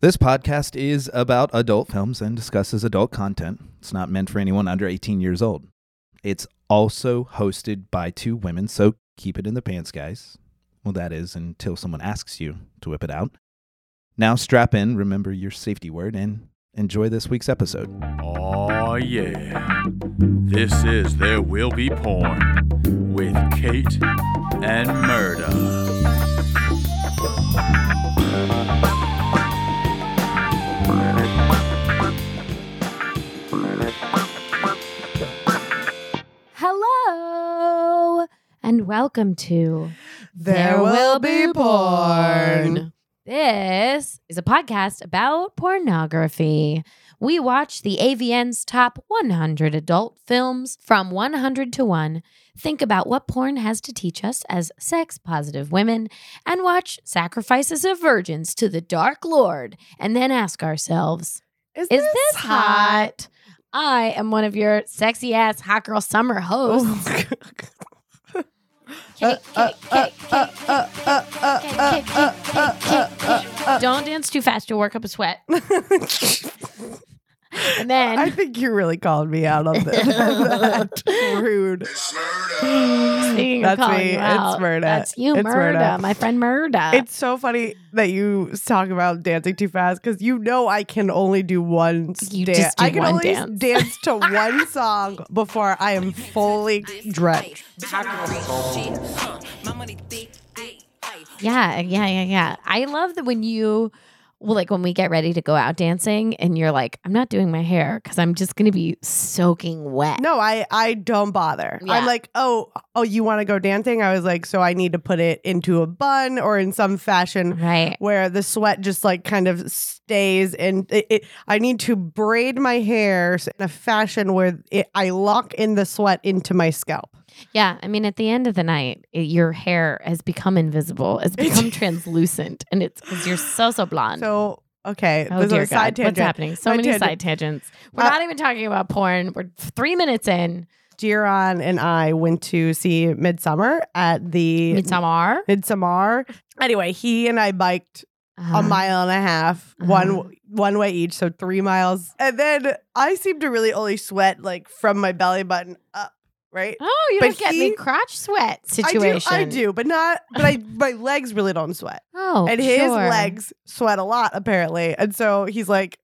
This podcast is about adult films and discusses adult content. It's not meant for anyone under 18 years old. It's also hosted by two women, so keep it in the pants, guys. Well, that is until someone asks you to whip it out. Now strap in, remember your safety word, and enjoy this week's episode. Oh yeah. This is There Will Be Porn with Kate and Murda. Hello and welcome to There Will Be Porn. This is a podcast about pornography. We watch the AVN's top 100 adult films from 100 to 1, think about what porn has to teach us as sex positive women, and watch Sacrifices of Virgins to the Dark Lord, and then ask ourselves, is this, hot? I am one of your sexy ass hot girl summer hosts. Oh, Don't dance too fast. You'll work up a sweat. And then I think you really called me out on that. Rude. speaking of That's calling me. you It's out, Murda. That's you, It's Murda. Murda. My friend Murda. It's so funny that you talk about dancing too fast because you know I can only do one You dance. just do I can one only dance. dance to one song before I am fully drenched. yeah, yeah, yeah, yeah. I love that when you, well, like when we get ready to go out dancing, and you're like, I'm not doing my hair because I'm just gonna be soaking wet. No, I I don't bother. Yeah. I'm like, oh, oh, you want to go dancing? I was like, so I need to put it into a bun or in some fashion Right. where the sweat just like kind of stays and it, it, I need to braid my hair in a fashion where it, I lock in the sweat into my scalp. Yeah, I mean, at the end of the night, i your hair has become invisible. It's become translucent, and it's because you're so so blonde. So okay, oh this dear is a side God, what's tangent. happening? So Side many tangent. side tangents. We're Uh, not even talking about porn. We're three minutes in. Jiron and I went to see Midsummer at the Midsummer. Midsommar. Anyway, he and I biked Mm-hmm. a mile and a half, Uh-huh. one one way each, so three miles. And then I seem to really only sweat like from my belly button up, right? Oh, you But don't get he- me crotch sweat situation. I do, I do, but not. But I, my legs really don't sweat, Oh, and his sure. legs sweat a lot apparently. And so he's like,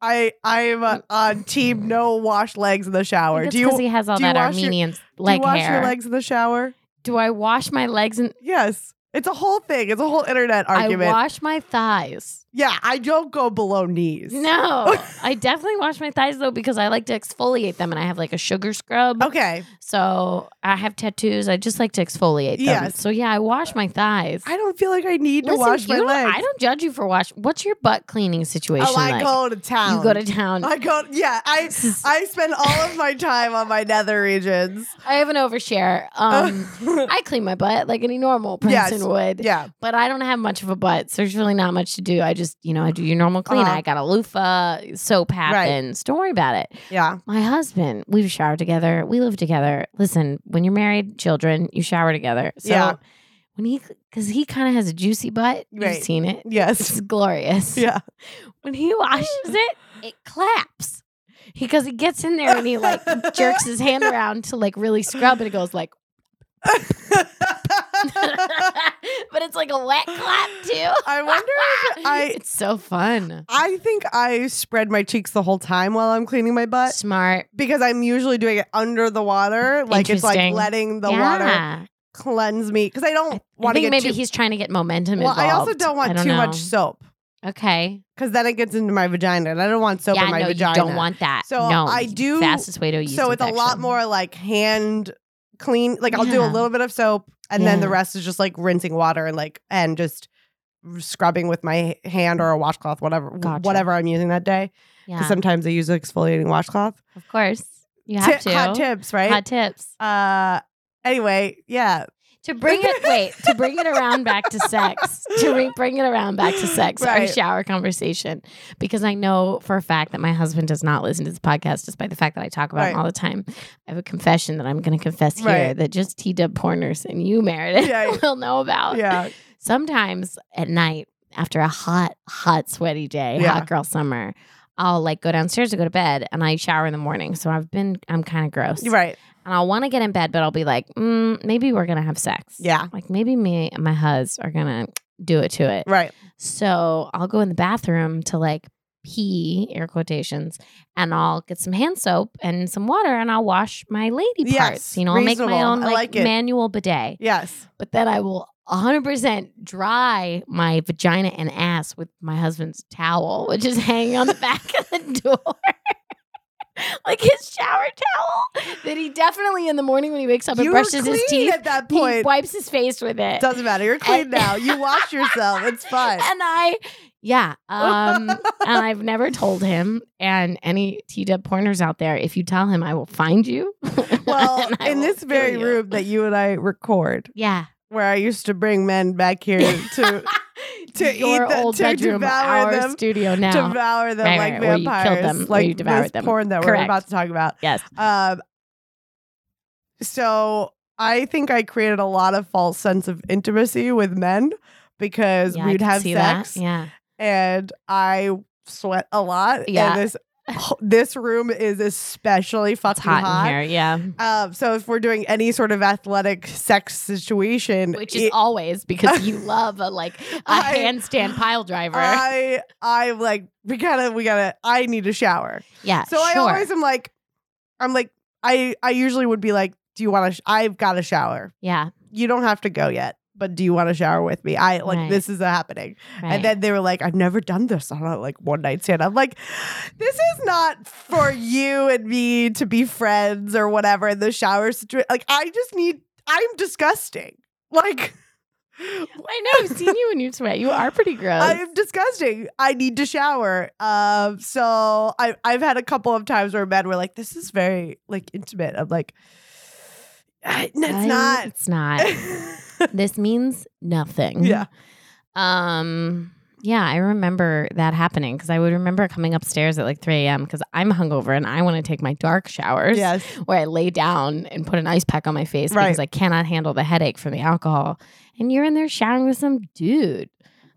"I, I'm uh, on team no wash legs in the Mm. I shower. think Do it's you, 'cause he has all do you that wash your- Armenian leg do you wash hair. your legs in the shower? Do I wash my legs and Yes, it's a whole thing. It's a whole internet I argument. wash my thighs? yeah, I don't go below knees. No, I definitely wash my thighs though because I like to exfoliate them, and I have like a sugar scrub. Okay, So I have tattoos. I just like to exfoliate them. Yes. So yeah, I wash my thighs. I don't feel like I need Listen, to wash you my don't- legs. I don't judge you for wash. What's your butt cleaning situation Oh, I like? go to town. you go to town. I, I go. Yeah, I I spend all of my time on my nether regions. have an overshare. Um, I clean my butt like any normal person Yes. would. yeah. But I don't have much of a butt, so there's really not much to do. I just, you know, I do your normal clean. Uh-huh. I got a loofah, soap happens. Don't worry about it. Yeah. My husband, we've showered together. We live together. Listen, when you're married, children, you shower together. So Yeah. when he, because he kind of has a juicy butt. Right. You've seen it. It's Yes. glorious. Yeah. When he washes it, it claps. Because he gets in there and he like jerks his hand around to like really scrub and it goes like but it's like a wet clap too. I wonder if I- it's so fun. I think I spread my cheeks the whole time while I'm cleaning my butt Smart. because I'm usually doing it under the water. Like it's like Interesting. letting the water yeah. cleanse me because I don't I want think to get maybe too. he's trying to get momentum well, I involved. also don't want too know. much soap Okay. because then it gets into my vagina, and I don't want soap yeah, in my no, vagina. you don't want that. So no, I do- Fastest way to use so it's a lot infection. more like hand clean. Like I'll do a Yeah. little bit of soap, and then the Yeah. rest is just like rinsing water and like and just scrubbing with my hand or a washcloth, whatever Gotcha. whatever I'm using that day. Yeah, Because sometimes I use an exfoliating washcloth. of course. You have Ti- to. Hot tips, right? Hot tips. uh anyway yeah To bring it, wait, to bring it around back to sex, to re- bring it around back to sex, our Right. shower conversation, because I know for a fact that my husband does not listen to this podcast, despite the fact that I talk about him Right. all the time. I have a confession that I'm going to confess here Right. that just T Dub Porners and you, Meredith, Yeah. will know about. yeah Sometimes at night, after a hot, hot, sweaty day, Yeah. hot girl summer, I'll like go downstairs to go to bed and I shower in the morning. So I've been, I'm kind of gross You're right and I'll want to get in bed, but I'll be like, mm, maybe we're gonna have sex. Yeah. like maybe me and my hus are gonna do it to it. right So I'll go in the bathroom to like pee, air quotations, and I'll get some hand soap and some water, and I'll wash my lady Yes, parts. You know, I'll make my reasonable. own I like, like it. manual bidet, yes but then I will. 100% dry my vagina and ass with my husband's towel, which is hanging on the back of the door like his shower towel that he definitely in the morning when he wakes up and you were brushes clean his teeth, at that he point wipes his face with it. doesn't matter you're clean And- now you wash yourself it's fine And I, yeah, um, and I've never told him. And any T Dub pointers out there, if you tell him, I will find you. well And I in will this kill very you. room that you and i record yeah, where i used to bring men back here to To eat your the- old to bedroom, devour our them. studio now. devour them Right, like right, where you killed vampires them, where like you devoured this them. porn that Correct. we're about to talk about yes, Um, so I think I created a lot of false sense of intimacy with men because yeah, I we'd can have see sex That. Yeah, and I sweat a lot. Yeah. And this this room is especially it's fucking hot, hot. in here. Yeah, Um, so if we're doing any sort of athletic sex situation, which is it- always because you love a like a I- handstand pile driver. I I'm like we gotta we gotta I need a shower. yeah, So I Uh, sure. always am like I'm like I I usually would be like, do you want to? Sh- I've got a shower. yeah, you don't have to go yet, but do you want to shower with me? I like Right. this is happening. right. And then they were like, I've never done this on a like one night stand. I'm like, this is not for you and me to be friends or whatever in the shower situation. Like, I just need I'm disgusting. Like I know. I've seen you when you sweat. You are pretty gross. I am disgusting. I need to shower. Um, so I I've had a couple of times where men were like, this is very like intimate. I'm like, no, I- it's not. It's not. this means nothing. yeah. Um. Yeah, I remember that happening because I would remember coming upstairs at like 3 a.m. because I'm hungover and I want to take my dark showers Yes. where I lay down and put an ice pack on my face Right. because I cannot handle the headache from the alcohol. And you're in there showering with some dude.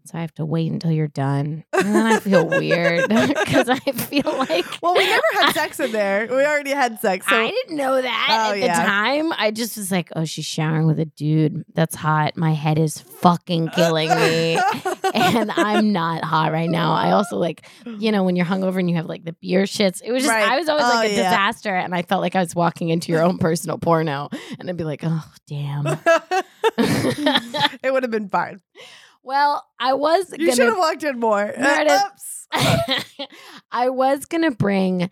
So I have to wait until you're done. And then I feel weird because I feel like. Well, we never had sex in there. We already had sex. So I didn't know that Oh, at the yeah. time. I just was like, oh, she's showering with a dude. That's hot. My head is fucking killing me. and I'm not hot right now. I also like, you know, when you're hungover and you have like the beer shits. It was just, Right. I was always Oh, like a yeah. disaster. And I felt like I was walking into your own personal porno. And I'd be like, oh, damn. it would have been fine. well, I was You should going have walked in more. Uh, Meredith. Oops. to, I was going to bring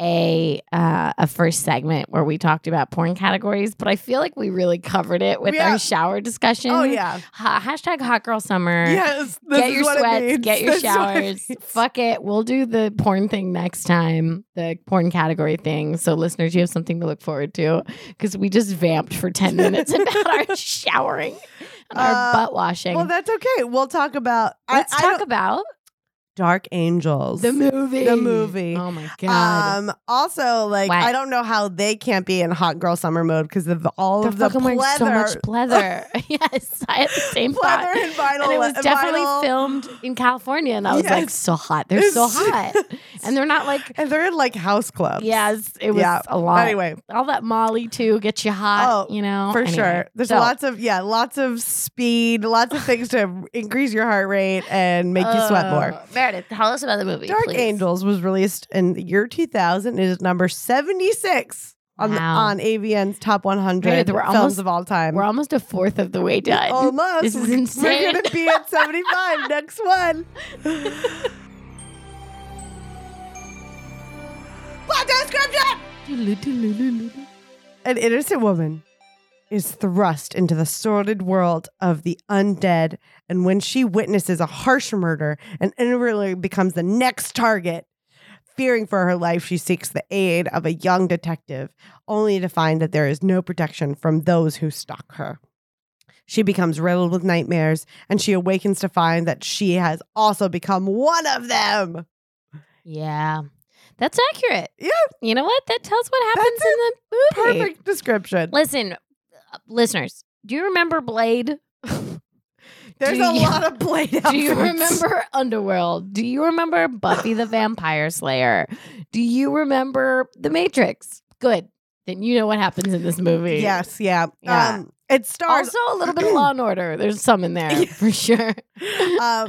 a uh, a first segment where we talked about porn categories, but I feel like we really covered it with Yeah. our shower discussion. Oh yeah. Ha- hashtag hot girl summer. Yes. This get is your what it sweats, means. get your This is what it showers. means. Fuck it. We'll do the porn thing next time, the porn category thing. So, listeners, you have something to look forward to because we just vamped for 10 minutes about our showering and our Uh, butt washing. Well, that's okay. We'll talk about. I- Let's I talk don't- about Dark Angels. the movie. The movie. Oh my God. Um. Also, like, Wet. I don't know how they can't be in hot girl summer mode because of all They're of the fucking wearing so much pleather, pleather. yes, I had the same pleather thought. and vinyl. And it was definitely vinyl. filmed in California, and I was like, Yes. "So hot! They're so It's- hot!" and they're not like and they're in like house clubs. yes. It was Yeah. a lot. Anyway, all that Molly too gets you hot. Oh, you know for Anyway, sure. There's so- lots of yeah, lots of speed, lots of things to increase your heart rate and make you sweat more. Uh, Meredith, tell us about the movie. Dark please. Angels was released in the year 2000. It is number 76 on the, Wow. on AVN's top 100 Meredith, we're films almost- of all time. We're almost a fourth of the way done. Almost. This is We're insane. gonna be at 75 next one. Plot description. An innocent woman is thrust into the sordid world of the undead, and when she witnesses a harsh murder and inwardly becomes the next target, fearing for her life, she seeks the aid of a young detective, only to find that there is no protection from those who stalk her. She becomes riddled with nightmares, and she awakens to find that she has also become one of them. yeah. That's accurate. Yeah. You know what? That tells what happens That's in the movie. Perfect description. Listen, uh, listeners, do you remember Blade? There's do a you- lot of played out. Do you remember Underworld? Do you remember Buffy the Vampire Slayer? Do you remember The Matrix? Good. Then you know what happens in this movie. Yes, yeah. Yeah. Um, it stars. Also, a little bit of Law and Order. There's some in there for sure. um,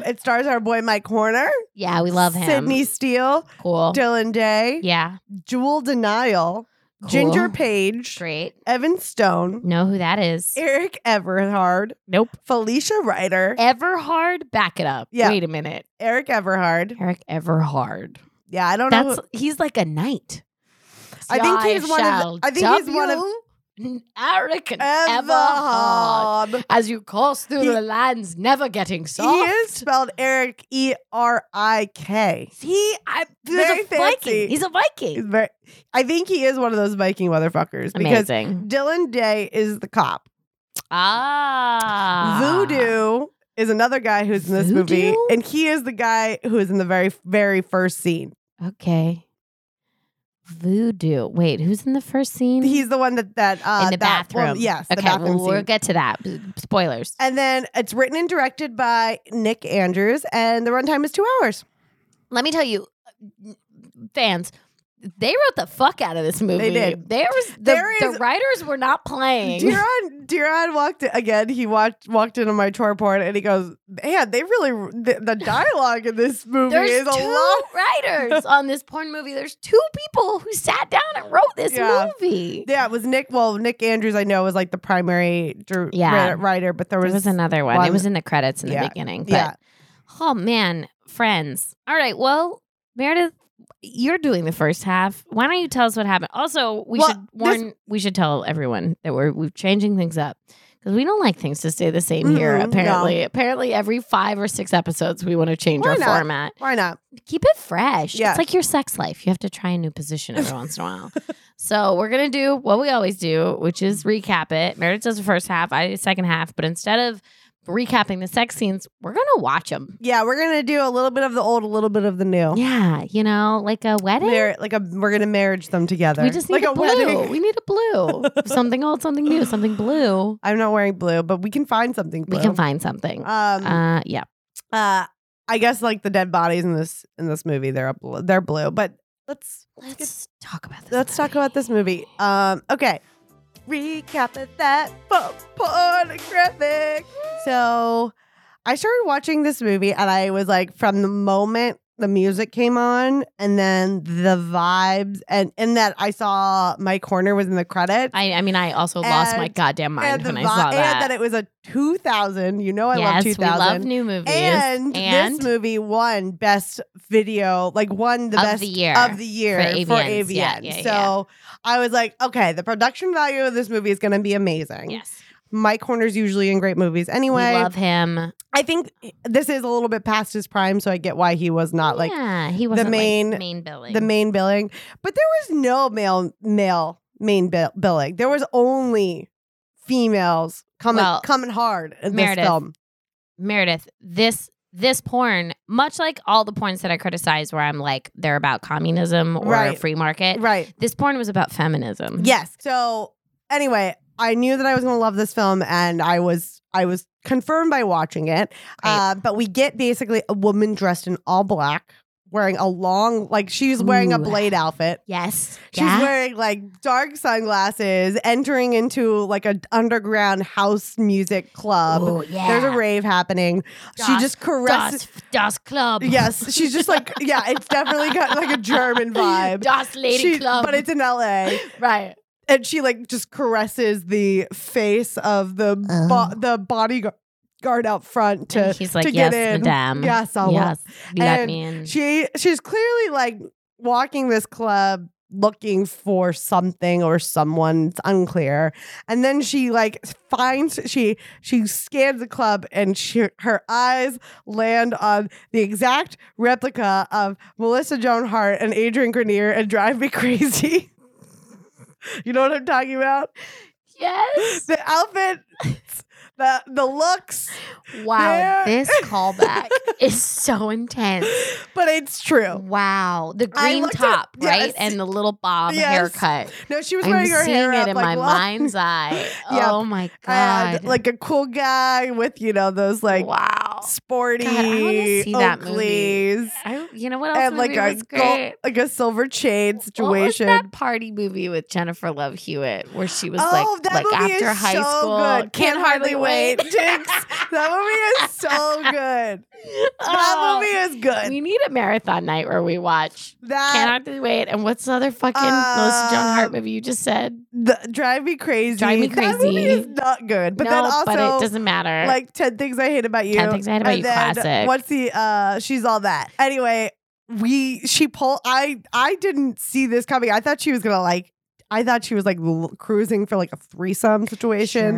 it stars our boy Mike Horner. Yeah, we love him. Sydney Steele, cool. Dylan Day, yeah, Jewel Denial, Cool. Ginger Page, straight. Evan Stone, Know who that is? Eric Everhard, nope. Felicia Ryder, Eh. Everhard, back it up. Yeah. Wait a minute. Eric Everhard. Eric Everhard. Yeah, I don't know. That's who- he's like a knight. I think he's one of the- shall I think he's one of- W. Eric Everhard. Everhard. As you course through He- the lands, never getting He soft. is spelled Eric E R I K. See, I, he's Very a Viking. fancy. He's a He's Viking. very. I think he is one of those Viking motherfuckers because Amazing. Dylan Day is the cop. Ah. Voodoo is another guy who's in this movie, Voodoo? and he is the guy who is in the very, very first scene. Okay. Voodoo. Wait, who's in the first scene? He's the one that that uh, in the that bathroom. woman- yes, Okay, the bathroom we'll, we'll scene. get to that. B- Spoilers. and then it's written and directed by Nick Andrews, and the runtime is two hours. Let me tell you, fans, they wrote the fuck out of this movie. did. There was the, There the is- writers were not playing. Duran Duran walked in, again. He watched walked into my tour porn, and he goes, "Man, they really the, the dialogue in this movie There's is a two lot." writers on this porn movie. There's two people who sat down and wrote this Yeah. movie. Yeah, it was Nick. Well, Nick Andrews, I know, was like the primary dir- Yeah. writer, but there There was, was, another one. one- It was in the credits in Yeah. the beginning. But yeah. oh man, friends. All right. Well, Meredith, you're doing the first half. Why don't you tell us what happened? Also, we Well, should warn. we should tell everyone that we're we're changing things up because we don't like things to stay the same here. Mhm, no. Apparently, apparently, every five or six episodes, we want to change Why our not? format. Why not? Keep it fresh. Yeah. It's like your sex life. You have to try a new position every once in a while. So we're gonna do what we always do, which is recap it. Meredith does the first half, I do the second half. But instead of recapping the sex scenes, we're gonna watch them. Yeah, we're gonna do a little bit of the old, a little bit of the new. Yeah, you know, like a wedding. Mar- like a, we're gonna marriage them together. we just need like a, blue. We need a blue. something old, something new, something blue. I'm not wearing blue, but we can find something. Blue. We can find something. Um, Uh, yeah. uh, I guess like the dead bodies in this in this movie, they're up, they're blue. But let's Let's talk about this. let's talk about this movie. Um, okay, recap of that po- pornographic. So, I started watching this movie, and I was like, from the moment the music came on, and then the vibes, and in that I saw my corner was in the credits. I, I mean, I also lost my And- goddamn mind and the when I vi- saw that. and that it was a 2000. You know, I love yes, 2000. we love new movies. and, And- this movie won best video, like won the Of best the year. of the year For for AVNs. AVN. Yeah, yeah, so I was like, okay, the production value of this movie is going to be amazing. yes, Mike Horner's usually in great movies anyway. we love him. I think this is a little bit past his prime, so I get why he was not like yeah, he wasn't main- like, main billing. the main billing. But there was no male male main bill- billing. There was only females coming Well, coming hard in this Meredith, film. Meredith, this this porn, much like all the porns that I criticize, where I'm like they're about communism or Right. free market. Right. This porn was about feminism. Yes. So anyway, I knew that I was going to love this film, and I was I was confirmed by watching it. Great. Uh, but we get basically a woman dressed in all black wearing a long, like she's wearing a Ooh. blade outfit. Yes. She's wearing like dark sunglasses, entering into like an underground house music club. Ooh, Oh, yeah. There's a rave happening. she Das- just caresses. Das, das Club. Yes, she's just like yeah. It's definitely got like a German vibe. Das Lady She- Club. but it's in L.A. right. and she like just caresses the face of the Oh. bo- the bodyguard guard out front to And he's like, to yes, get in. madame. Yes, I will." Yes. Let And me in. She she's clearly like walking this club looking for something or someone. It's unclear. And then she like finds she she scans the club and she her eyes land on the exact replica of Melissa Joan Hart and Adrian Grenier and Drive Me Crazy. you know what I'm talking about? yes. The outfit, the the looks, Wow. There- This callback is so intense. but it's true. Mm. Wow. The I green looked at- top, right? yes. And the little bob Yes. haircut. No, she was I'm wearing her seeing hair it up in like my long. mind's eye. Yeah. Oh my god. and like a cool guy with you know those like wow. sporty God, I wanna see that movie. Oakleys I, you know what else? and like movie a was gold- great? like a silver chain What was situation. that party movie with Jennifer Love Hewitt where she was oh, like, that like movie after is high so school? good. Can't hardly wait. Jinx. that movie is so good. Oh, That movie is good. We need a marathon night where we watch Can't That Hardly Wait and what's the other fucking Melissa Joan Hart Um, movie you just said? the, drive me crazy. Drive Me That movie Crazy. is not good. But no, then also but it doesn't matter. like 10 things i hate about you 10 Things I Hate About and You, then classic. what's the uh she's all that anyway we she pulled i i didn't see this coming i thought she was gonna like i thought she was like l- cruising for like a threesome situation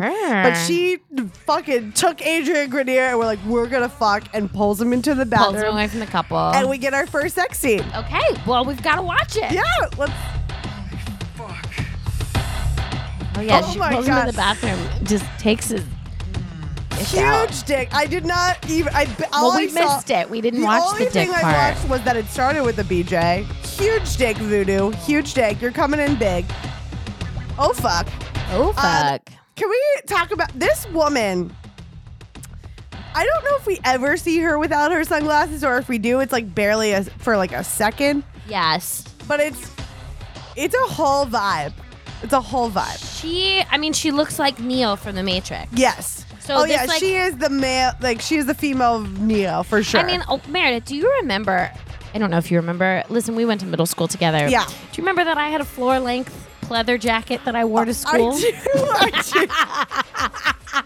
Sure. But she fucking took Adrian Grenier and we're like, we're gonna fuck and pulls him into the pulls him bathroom away from the couple. and we get our first sex scene. okay, well we've got to watch it. Yeah, let's Oh yeah, Oh she my pulls him in God. the bathroom, just takes his dick out. huge dick. I did not even I all Well, we I saw, missed it. We didn't The watch only the dick thing part. I watched was that it started with a BJ. Huge dick voodoo. Huge dick. You're coming in big. Oh fuck. Oh fuck! Can we talk about this woman? I don't know if we ever see her without her sunglasses, or if we do, it's like barely a, for like a second. yes, But it's it's a whole vibe. It's a whole vibe. she. I mean, she looks like Neo from The Matrix. Yes. So oh this, yeah, like- she is the male. Like she is the female of Neo for sure. I mean, oh, Meredith, do you remember? I don't know if you remember. Listen, we went to middle school together. Yeah. Do you remember that I had a floor length pleather jacket that I wore to school? I do. I do.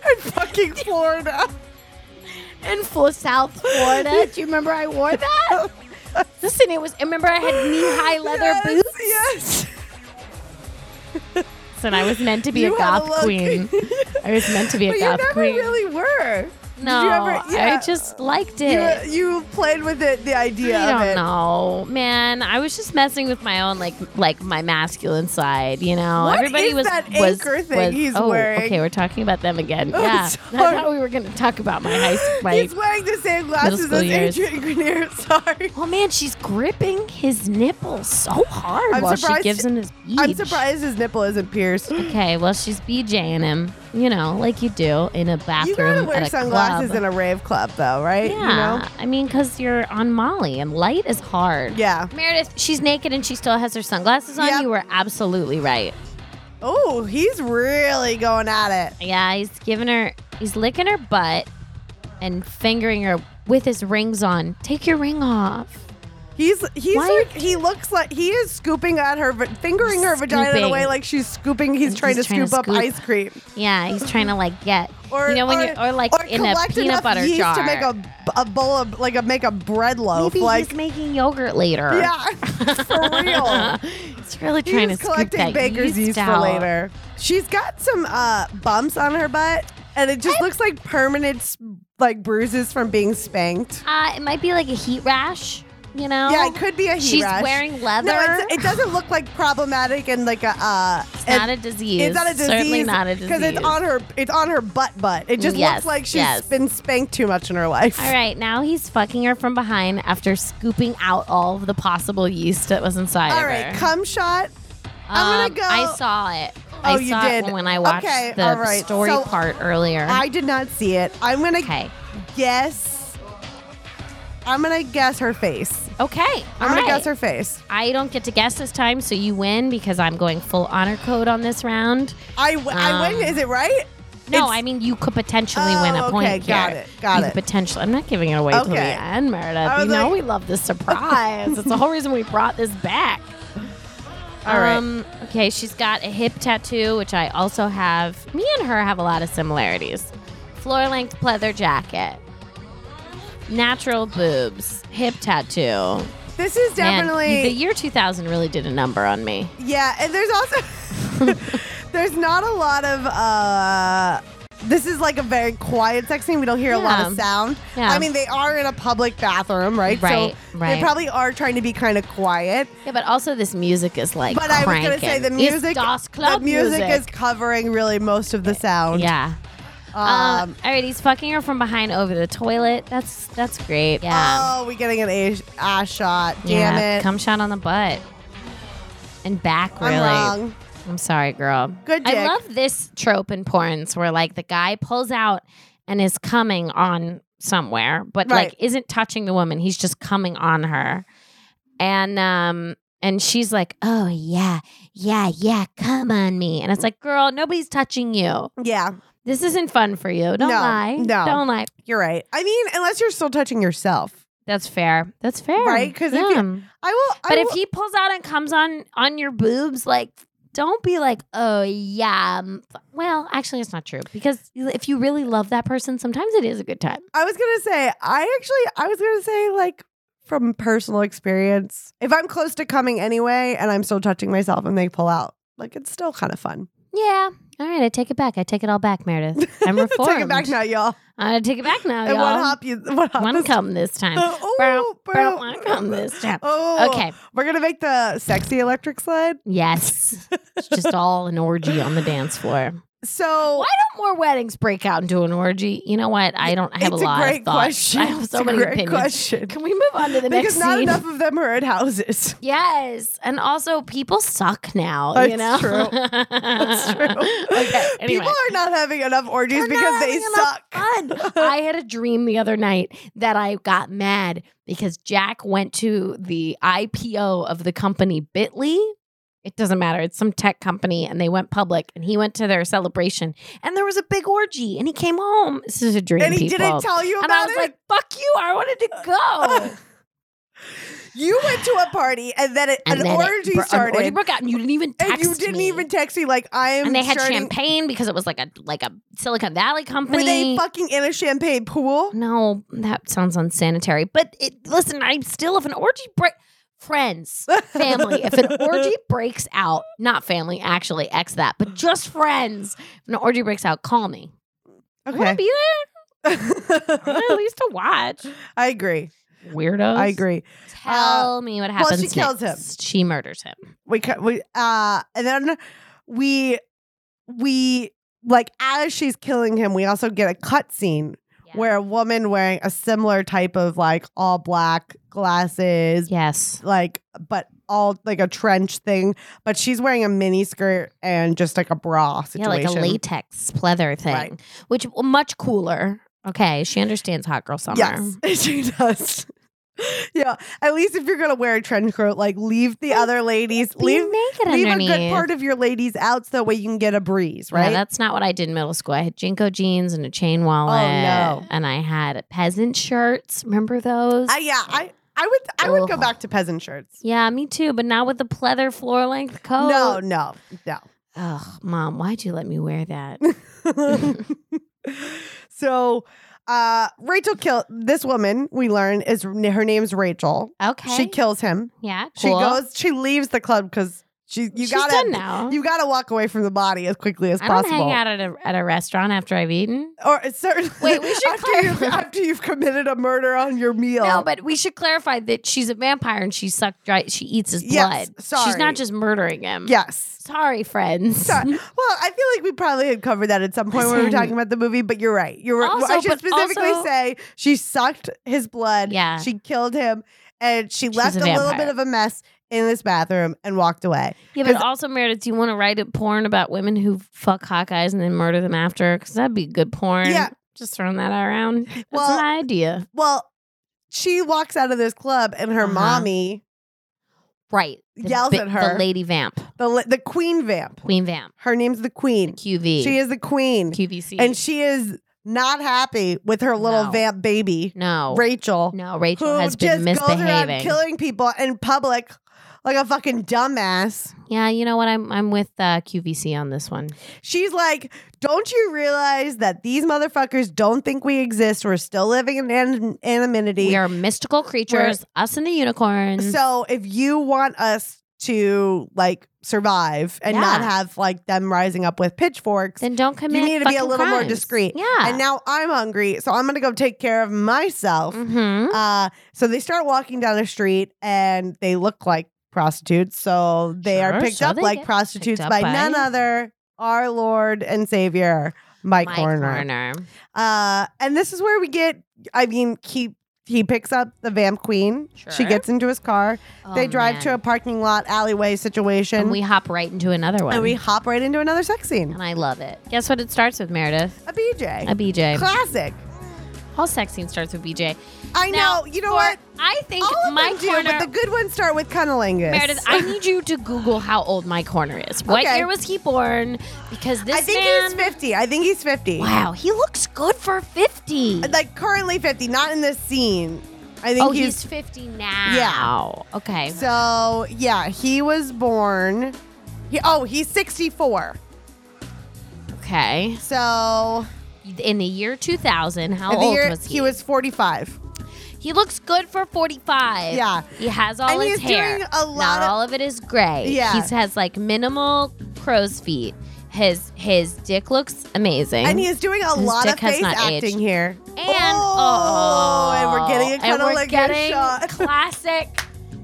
In fucking Florida. in full South Florida. Do you remember I wore that? Listen, it was. I remember I had knee-high leather yes, boots, Yes. and I was meant to be You a had a goth look. queen. I was meant to be a But you goth never queen. really were. no, Did you ever? yeah. I just liked You, it. you played with it, the idea I of don't it. know, man. I was just messing with my own, like, like my masculine side. You know, What everybody is was that was- anchor thing was- he's oh, wearing? Okay, we're talking about them again. Oh, yeah, sorry. I thought we were going to talk about my high school. My, He's wearing the same glasses school as years. Adrian Grenier. Sorry. oh man, she's gripping his nipple so hard I'm while she surprised- gives him his beach. I'm surprised his nipple isn't pierced. Okay, well she's BJing him, you know, like you do in a bathroom. You gotta at wear a sunglasses club. in a rave club, though, right? yeah, You know? I mean, because you're on Molly and light is hard. Yeah. Meredith, she's naked and she still has her sunglasses on. Yep. You were absolutely right. Oh, he's really going at it. Yeah, he's giving her, he's licking her butt and fingering her with his rings on. Take your ring off. He's he's Why- like he looks like he is scooping at her, va- fingering her vagina in a Scooping. way like she's scooping. He's He's trying to trying to scoop up scoop. ice cream, Yeah, he's trying to like get, or you know, when or, you're, or like or in a collect peanut enough butter yeast jar. to make a, a bowl of like a make a bread loaf. Maybe like he's making yogurt later. yeah, for real. He's really trying He's to scoop collecting that baker's yeast for out. later. She's got some uh, bumps on her butt, and it just looks like permanent s- like bruises from being spanked. Uh, it might be like a heat rash, you know? Yeah, it could be a heat She's rash. wearing leather. No, it's, it doesn't look like problematic and like a. Uh, It's and- not a disease. it's not a disease. Certainly not a disease. because it's on her. It's on her butt. Butt. It just Yes, looks like she's yes. been spanked too much in her life. All right, now he's fucking her from behind after scooping out all of the possible yeast that was inside All of right, her. Cum shot. I'm Um, gonna go- I saw it. Oh, I you saw did. it when I watched Okay, the all right. story So, Uh-huh. part earlier. I did not see it. I'm gonna okay. guess I'm gonna guess her face. Okay. I'm all gonna right. guess her face. I don't get to guess this time, so you win because I'm going full honor code on this round. I, w- I Um, win. Is it right? No, It's- I mean you could potentially Oh, win a okay, point here. got it, got you it. Could potentially, I'm not giving it away till the Okay. end, Meredith. I You was know like- we love this surprise. it's the whole reason we brought this back. Um, All right. Okay, she's got a hip tattoo, which I also have. Me and her have a lot of similarities. Floor length pleather jacket, natural boobs, hip tattoo. This is Man, definitely the year 2000 really did a number on me. Yeah, and there's also there's not a lot of uh this is like a very quiet sex scene. We don't hear a lot of Yeah. sound. Yeah. I mean, they are in a public bathroom, right? Right, so right. they probably are trying to be kind of quiet. Yeah, but also this music is like. But I was going gonna to say the music, It's Das the Club music, is covering really most of the sound. Yeah. Um, Um, all right, he's fucking her from behind over the toilet. That's that's great. Yeah. oh, we getting an ass, ass shot. Damn yeah. it. Come shot on the butt. And back, I'm really. wrong. I'm sorry, girl. Good I dick. love this trope in porns where like the guy pulls out and is coming on somewhere, but like Right. isn't touching the woman. He's just coming on her. And um and she's like, "Oh yeah. Yeah, yeah, come on me." And it's like, "Girl, nobody's touching you. Yeah, This isn't fun for you. Don't No, lie. no. Don't lie. you're right. I mean, unless you're still touching yourself. That's fair. That's fair. Right? 'Cause if yeah. you- I will. I But if will- he pulls out and comes on on your boobs, like don't be like, oh yeah. um, Well, actually, it's not true because if you really love that person, sometimes it is a good time. I was gonna say, I actually, I was gonna say, like from personal experience, if I'm close to coming anyway, and I'm still touching myself, and they pull out, like it's still kind of fun. Yeah. All right, I take it back. I take it all back, Meredith. I'm reformed. Take it back now, y'all. I take it back now, and one y'all. hop, you one hop. One is- come this time. Oh, Bow, bow. bow, one come this time. Oh, Okay. We're gonna make the sexy electric slide. Yes. It's just all an orgy on the dance floor. So Why don't more weddings break out into an orgy? You know what? I don't have it's a lot great of thoughts. question. I have so It's a many great opinions. question. Can we move on to the next because not scene? enough of them are at houses. Yes, and also people suck now. you That's know, true. that's It's true. okay, anyway. People are not having enough orgies They're because not they having enough suck. fun. I had a dream the other night that I got mad because Jack went to the IPO of the company Bitly. It doesn't matter. It's some tech company, and they went public, and he went to their celebration, and there was a big orgy, and he came home. This is a dream, and he people. didn't tell you and about I was it. like, "Fuck you! I wanted to go." You went to a party and then it, And an, then it orgy bro- an started, orgy broke out, and you didn't even text and you didn't me. even text me like I am. and they had starting- champagne because it was like a like a Silicon Valley company. Were they fucking in a champagne pool? no, that sounds unsanitary. But it, listen, I'm still if an orgy break friends, family. if an orgy breaks out, not family, actually, X that, but just friends. If an orgy breaks out, call me. I want to Okay, be there at least to watch. I agree. Weirdos. I agree. Tell me what she happens. kills next. She murders him. We cu- we uh, and then we we like as she's killing him, we also get a cut scene Yeah. where a woman wearing a similar type of like all black glasses, Yes. like but all like a trench thing but she's wearing a mini skirt and just like a bra situation Yeah, like a latex pleather thing, Right. which much cooler. Okay, she understands hot girl summer. yes she does yeah at least if you're gonna wear a trench coat like leave the other ladies Be leave naked leave underneath. a good part of your ladies out so that way you can get a breeze Yeah, right that's not what I did in middle school. I had jinko jeans and a chain wallet. Oh, no. And I had peasant shirts. Remember those? I, yeah i i would i would go Ugh. back to peasant shirts yeah, me too, but not with the pleather floor length coat. no no no Ugh, mom, why'd you let me wear that? so uh rachel kill this woman we learn is her name's rachel Okay. she kills him Yeah, She cool. goes. She leaves the club because she. You She's gotta. done now. You gotta walk away from the body as quickly as I don't possible. hang out at a, at a restaurant after I've eaten. Or it's certain. Wait, we should after you've, clarify. after you've committed a murder on your meal. No, but we should clarify that she's a vampire and she sucked dry. She eats his Yes, blood. She's sorry. not just murdering him. yes. Sorry, friends. Sorry. well, I feel like we probably had covered that at some point when we were Listen. talking about the movie, but you're right. You're right. Also, I should but specifically also- say she sucked his blood. Yeah. She killed him, and she left a a, little vampire. bit of a mess in this bathroom and walked away. Yeah, but 'Cause- also Meredith, do you want to write a porn about women who fuck Hawkeyes and then murder them after? Because that'd be good porn. Yeah. just throwing that around. That's Well- an idea. Well, she walks out of this club and her Uh-huh. mommy, Right. The Yells bi- at her. The lady vamp. the li- the queen vamp. Queen vamp. Her name's the queen. QV. She is the queen, QVC. and she is not happy with her little No. vamp baby no. Rachel, no, Rachel who has been just goes around misbehaving. killing people in public like a fucking dumbass. yeah, you know what? I'm I'm with uh, QVC on this one. She's like, "Don't you realize that these motherfuckers don't think we exist? We're still living in an- anonymity. We are mystical creatures, us and the unicorns. So if you want us to like survive and not Yeah. have like them rising up with pitchforks, then don't commit. need to be a fucking little more crimes. discreet. Yeah. and now I'm hungry, so I'm gonna go take care of myself. Mm-hmm. Uh, so they start walking down the street and they look like prostitutes. So they are Sure, picked so up they like get prostitutes picked up by, by- none other our Lord and Savior, Mike, Horner. Uh, and this is where we get. I mean, he he picks up the vamp queen. She Sure. Oh, gets into his car. they drive to a parking lot alleyway situation. and we hop right into another one. Mm-hmm. and we hop right into another sex scene. And I love it. Guess what? It starts with Meredith, A BJ. a BJ. Classic. Whole sex scene starts with BJ. I Now, know. You know for- what? I think All of Mike them do, Horner. but the good ones start with cunnilingus. Meredith, I need you to Google how old Mike Horner is. What Okay. year was he born? Because this I think man, he's 50. I think he's 50. wow, he looks good for fifty. Like currently 50, not in this scene. I think oh, he's, fifty now. Yeah. Okay. So, yeah, he was born. He, oh, he's 64. okay. So, In the year two thousand, how in the old year- was he? was 45. He looks good for forty-five. Yeah. He has all And his he's hair. doing a lot Not of- all of it is gray. Yeah. He has like minimal crow's feet. His his dick looks amazing. And he is doing a His lot of dick has face not acting aged. here. And oh, oh, and we're getting a and we're cunnilingus getting shot. classic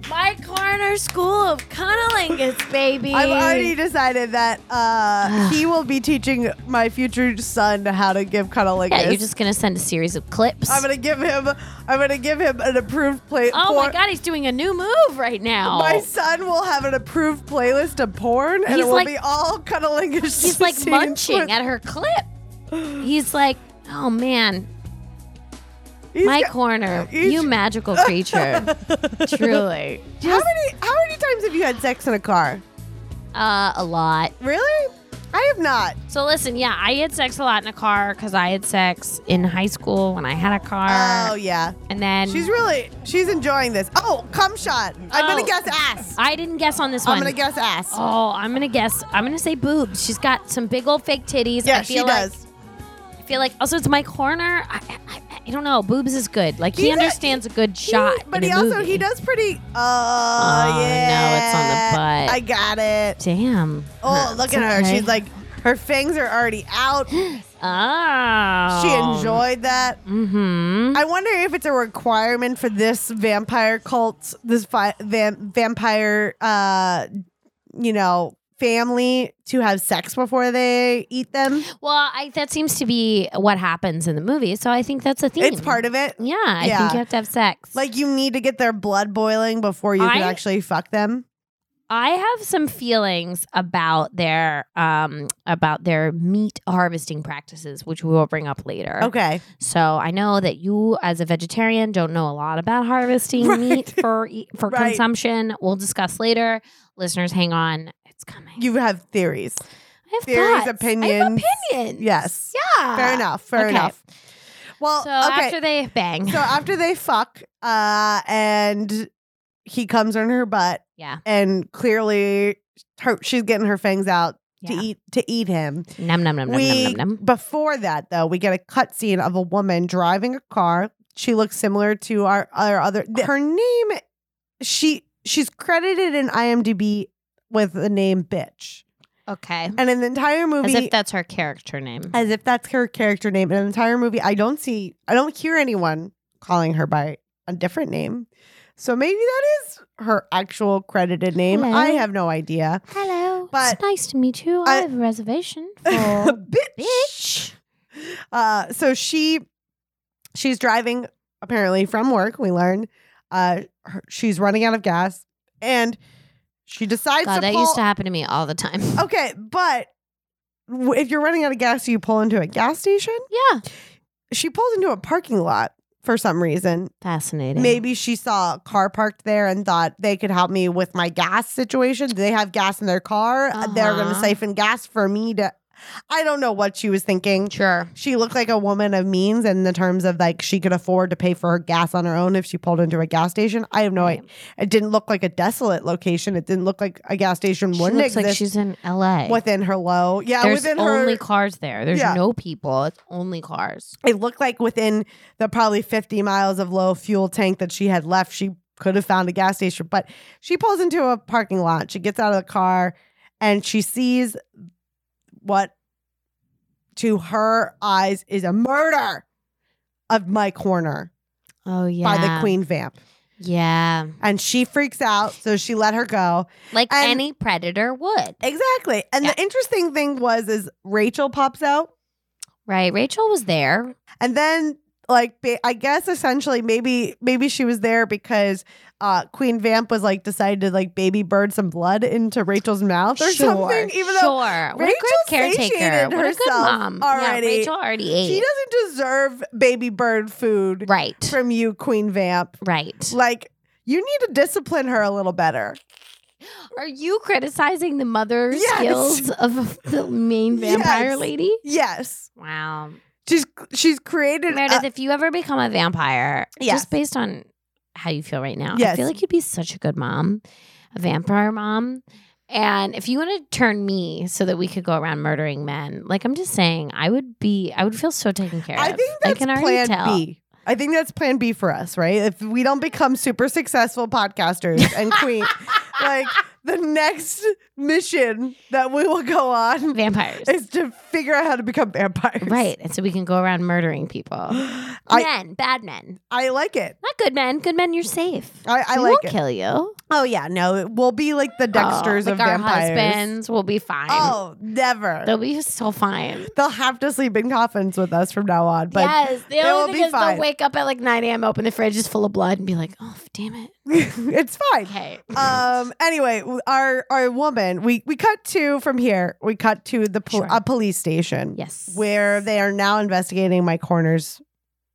my corner school of cunnilingus, baby. I've already decided that uh, he will be teaching my future son how to give cunnilingus. yeah, you're just gonna send a series of clips. I'm gonna give him. I'm gonna give him an approved play. oh por- my god, he's doing a new move right now. My son will have an approved playlist of porn, and He's it will like- be all cunnilingus. He's like scenes with- munching at her clip. He's like, oh man, he's my got- corner, he's- you magical creature. Truly. how many? How many times have you had sex in a car? Uh, a lot. Really? I have not. So listen, yeah, I had sex a lot in a car because I had sex in high school when I had a car, Oh yeah. and then She's really. She's enjoying this. Oh, cum shot. I'm gonna Oh. guess ass. I didn't guess on this I'm one. gonna guess ass. Oh, I'm gonna guess. I'm gonna say boobs. She's got some big old fake titties. yeah, I she feel like, does. I feel like also it's my corner. I, I, I- I don't know. Boobs is good. Like he He's a- understands a, good He- shot. but in a he also movie. he does pretty. Oh, no, it's on the yeah. butt. I got it. Damn. Oh, look at her. okay. She's like, her fangs are already out. Oh. She enjoyed that. Mm-hmm. I wonder if it's a requirement for this vampire cult, this fi- vam- vampire, uh, you know, family to have sex before they eat them. Well, I, that seems to be what happens in the movie. So I think that's a theme. It's part of it. Yeah, I Yeah. think you have to have sex. Like you need to get their blood boiling before you can I- actually fuck them. I have some feelings about their um about their meat harvesting practices, which we will bring up later. Okay. So I know that you, as a vegetarian, don't know a lot about harvesting Right. meat for e- for Right. consumption. We'll discuss later. Listeners, hang on, it's coming. You have theories. I have theories, thoughts. I have opinions. opinions. Yes. Yeah. Fair enough. Fair Okay. enough. Well, So okay. after they bang, so after they fuck, uh, and he comes on her butt, yeah, and clearly her she's getting her fangs out Yeah. to eat to eat him. num num num num we num num. before that though, we get a cut scene of a woman driving a car. She looks similar to our our other. th- her name, she she's credited in IMDb with the name bitch, Okay. and in the entire movie. As if that's her character name. as if that's her character name in the entire movie. I don't see, I don't hear anyone calling her by a different name. So maybe that is her actual credited name. Hello. I have no idea. Hello. But- it's nice to meet you. I, I- have a reservation bitch. for bitch. Uh, so she, she's driving apparently from work. We learn, uh, her, she's running out of gas, and she decides God, to that pull. used to happen to me all the time. okay, but w- Oh. if you're running out of gas, do you pull into a gas station? Yeah. She pulls into a parking lot for some reason. Fascinating. Maybe she saw a car parked there and thought they could help me with my gas situation. They have gas in their car. They're going to Uh-huh. siphon gas for me to. I don't know what she was thinking. Sure. She looked like a woman of means in the terms of like she could afford to pay for her gas on her own if she pulled into a gas station. I have no idea. It didn't look like a desolate location. It didn't look like a gas station She wouldn't looks like exist she's in LA. within her low. Yeah, There's within her. only cars there. There's Yeah. no people. It's only cars. it looked like within the probably 50 miles of low fuel tank that she had left, she could have found a gas station. But she pulls into a parking lot. She gets out of the car and she sees what to her eyes is a murder of Mike Horner Oh yeah. by the Queen Vamp. Yeah. And she freaks out. So she let her go. Like And- any predator would. Exactly. And the interesting thing was is Rachel pops out Right. Rachel was there. And then like ba- I guess essentially maybe maybe she was there because uh Queen Vamp was like decided to like baby bird some blood into Rachel's Oh, mouth or something even sure. though what a Rachel great caretaker. satiated What a good herself mom. already. Yeah, Rachel already ate. she doesn't deserve baby bird food right. from you Queen Vamp. Right. Like you need to discipline her a little better. Are you criticizing the mother Yes. skills of the main Yes. vampire lady? Yes. Wow. She's she's created Meredith, a- if you ever become a vampire, uh, Yes. just based on how you feel right now, I Yes. feel like you'd be such a good mom, a vampire mom. And if you want to turn me so that we could go around murdering men, like I'm just saying, I would be, I would feel so taken care I of. think that's can already plan tell. B. I think that's plan B for us, right? If we don't become super successful podcasters and queen, like the next mission that we will go on Vampires. is to figure out how to become vampires. right. And so we can go around murdering people. I, men, bad men, I like it. not good men. Good men, you're safe. I, I we like won't it. kill you. Oh yeah, no, it- we'll be like the Dexters Oh, of like our vampires. husbands will be fine. Oh, never. They'll be so fine. They'll have to sleep in coffins with us from now on. But yes, the it only will thing be is fine. they'll wake up at like 9 a.m., open the fridge is full of blood, and be like, "Oh, f- damn it." it's fine. Okay. um anyway w- our our woman we we cut to from here we cut to the pol- Sure. a police station yes. where they are now investigating my corner's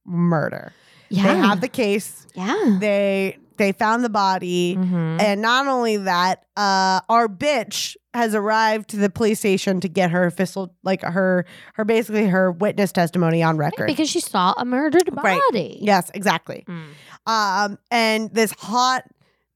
murder yeah. they have the case yeah. they they found the body Mhm. and not only that uh our bitch has arrived to the police station to get her official like her her basically her witness testimony on Right, record because she saw a murdered Right. body. yes exactly Mm. um and this hot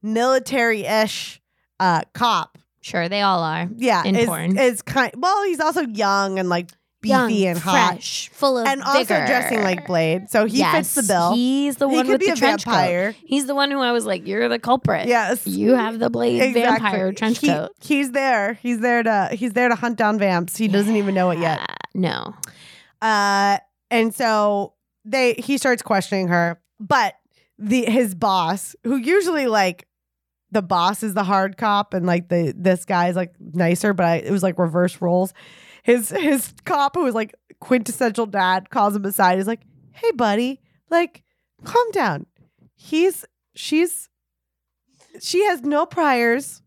military-ish uh cop Sure, they all are. yeah, in is, porn. is kind. Well, he's also young and like beefy Young, and hot, fresh, full of and also vigor. dressing like Blade. So he yes, fits the bill. He's the He one could with be the a trench coat. vampire. He's the one who I was like, "You're the culprit. Yes, You have the blade vampire trench He- coat." he's there. He's there to he's there to hunt down vamps. He doesn't even know it yet. Yeah. No. Uh, and so they he starts questioning her, but the his boss, who usually like. The boss is the hard cop, and like the this guy is like nicer, but I, it was like reverse roles. his his cop who was like quintessential dad calls him aside. He's like, "Hey, buddy, like, calm down. He's she's she has no priors.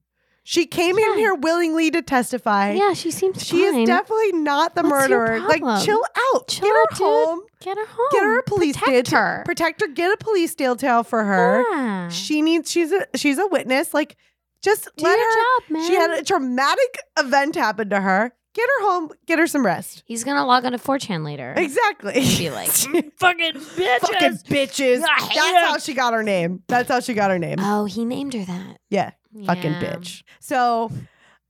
She came Yeah. in here willingly to testify. Yeah, she seems She fine. is definitely not the What's your murderer. Like, problem? chill out. Chill Get her out, dude. home. Get her home. Get her a police Protect detail- her. Protect her. Get a police detail for her. Yeah. She needs. She's a she's a witness. Like, just Do let your her. job, man. She had a traumatic event happen to her. Get her home. Get her some rest. He's gonna log on to 4chan later. Exactly. And be like, fucking Fucking bitches. bitches. I hate That's how she got her name. That's how she got her name. Oh, he named her that. yeah, fucking Yeah. bitch. So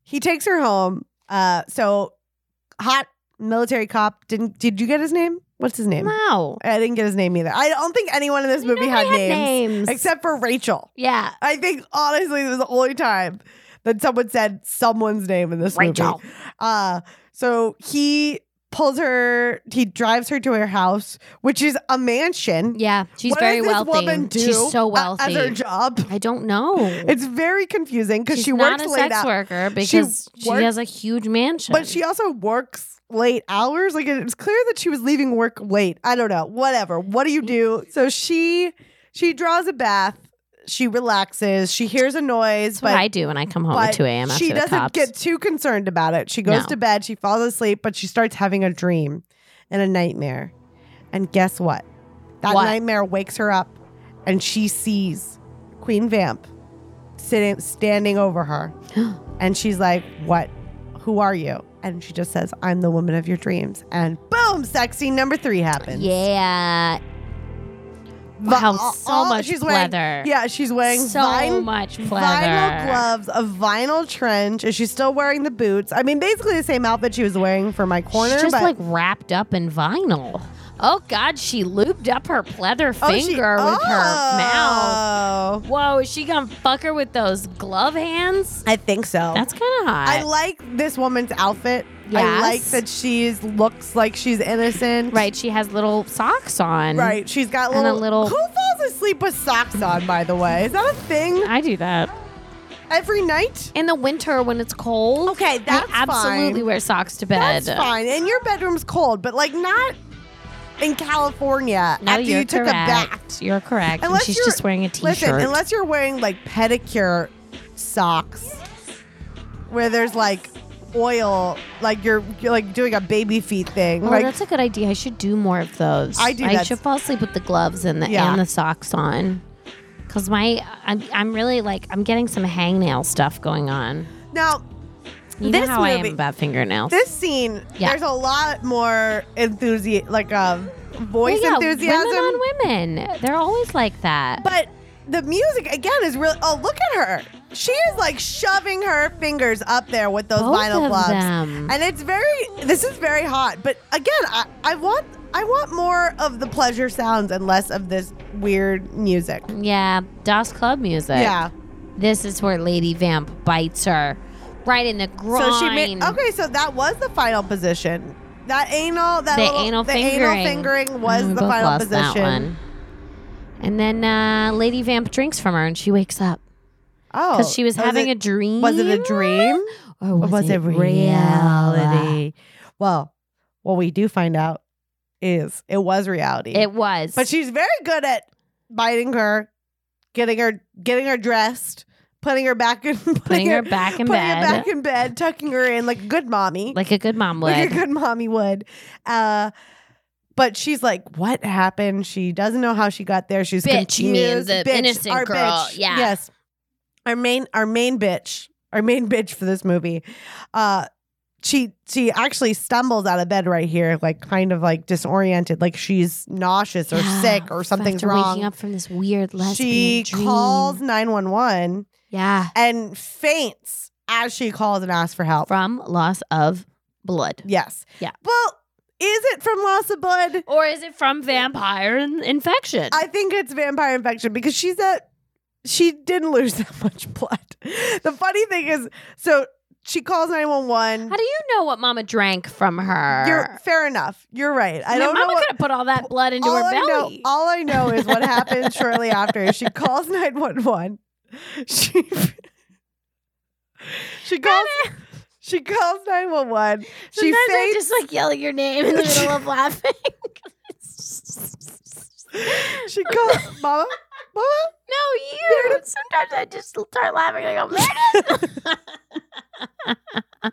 he takes her home. Uh, so hot military cop didn't. Did you get his name? What's his name? Wow. I didn't get his name either. I don't think anyone in this movie Nobody had, names, names. except for Rachel. yeah. I think honestly, this is the only time that someone said someone's name in this movie. Rachel. Uh so he pulls her he drives her to her house, which is a mansion. Yeah. She's What does very this wealthy. Woman do She's so a- wealthy. As her job. I don't know. It's very confusing because She's she not works a late sex hours. worker because she, works- has a huge mansion. But she also works late hours. Like it's clear that she was leaving work late. I don't know. Whatever. What do you do? So she she draws a bath. She relaxes. She hears a noise, That's what but I do when I come home at but 2 a.m. after she the doesn't cops. get too concerned about it. She goes No. to bed, she falls asleep, but she starts having a dream and a nightmare. And guess what? That What? nightmare wakes her up and she sees Queen Vamp sitting standing over her. and she's like, What? Who are you? And she just says, I'm the woman of your dreams. And boom, sex scene number three happens. Yeah. Wow, Vi- so all- much she's wearing- pleather. yeah, she's wearing So vine- much pleather. vinyl gloves, a vinyl trench, and she's still wearing the boots. I mean, basically the same outfit she was wearing for my corner. She's just but like wrapped up in vinyl. Oh God, she lubed up her pleather Oh, she- finger with her mouth. Oh. Whoa, is she gonna fuck her with those glove hands? I think so. That's kind of hot. I like this woman's outfit. I Yes. like that she's looks like she's innocent. right, she has little socks on. Right. She's got And little, a little- Who falls asleep with socks on, by the way? Is that a thing I do that every night? in the winter when it's cold. Okay, that's I absolutely fine. wear socks to bed. That's fine. And your bedroom's cold, but like not in California No, after you're you took correct. a bath. You're correct. and Unless she's you're- just wearing a t-shirt. Listen, unless you're wearing like pedicure socks, where there's like oil, like you're, you're like doing a baby feet thing. Oh, like that's a good idea. I should do more of those. I do I that. should fall asleep with the gloves and the Yeah. and the socks on. Cause my, I'm, I'm really like I'm getting some hangnail stuff going on. now, You This know how I am movie- about fingernails. this scene, Yeah. there's a lot more enthusiasm, like um, voice Well, yeah, enthusiasm. Women on women, they're always like that. But the music again is real. Oh, look at her. She is like shoving her fingers up there with those Both vinyl of gloves. them. And it's very this is very hot. But again, I, I want I want more of the pleasure sounds and less of this weird music. yeah, Das Club music. Yeah. this is where Lady Vamp bites her right in the groin. So she made okay, so that was the final position. That anal that the little- anal the fingering. anal fingering was Mm, we the both final lost position. That one. And then uh, Lady Vamp drinks from her, and she wakes up Oh, because she was having it, a dream. was it a dream? or was, was it, it real? reality? Well, what we do find out is it was reality. It was. but she's very good at biting her, getting her, getting her dressed, putting her back in, putting, putting her back in putting bed her back in bed, tucking her in like a good mommy, like a good mom would. like a good mommy would. Uh, but she's like, what happened? She doesn't know how she got there. She's Bitch, you mean confused. the bitch, innocent our girl. Bitch. Yeah. Yes. Our main, our main bitch, our main bitch for this movie. Uh, she she actually stumbles out of bed right here, like kind of like disoriented, like she's nauseous or Yeah, sick or something's after wrong. Waking up from this weird lesbian she dream. calls nine one one Yeah, and faints as she calls and asks for help. from loss of blood. Yes. Yeah. Well, is it from loss of blood? Or is it from vampire in- infection? I think it's vampire infection because she's at she didn't lose that much blood. The funny thing is, so she calls nine one one. How do you know what Mama drank from her? You're fair enough. You're right. My I don't know Mama what. could have put all that blood into her all I know, belly. all I know is what happens shortly after. is She calls nine one one. She she calls she calls nine one one. She Sometimes I faints. just like yelling your name in the middle of laughing. no, she calls mama mama. you. Sometimes I just start laughing. I go, Meredith. all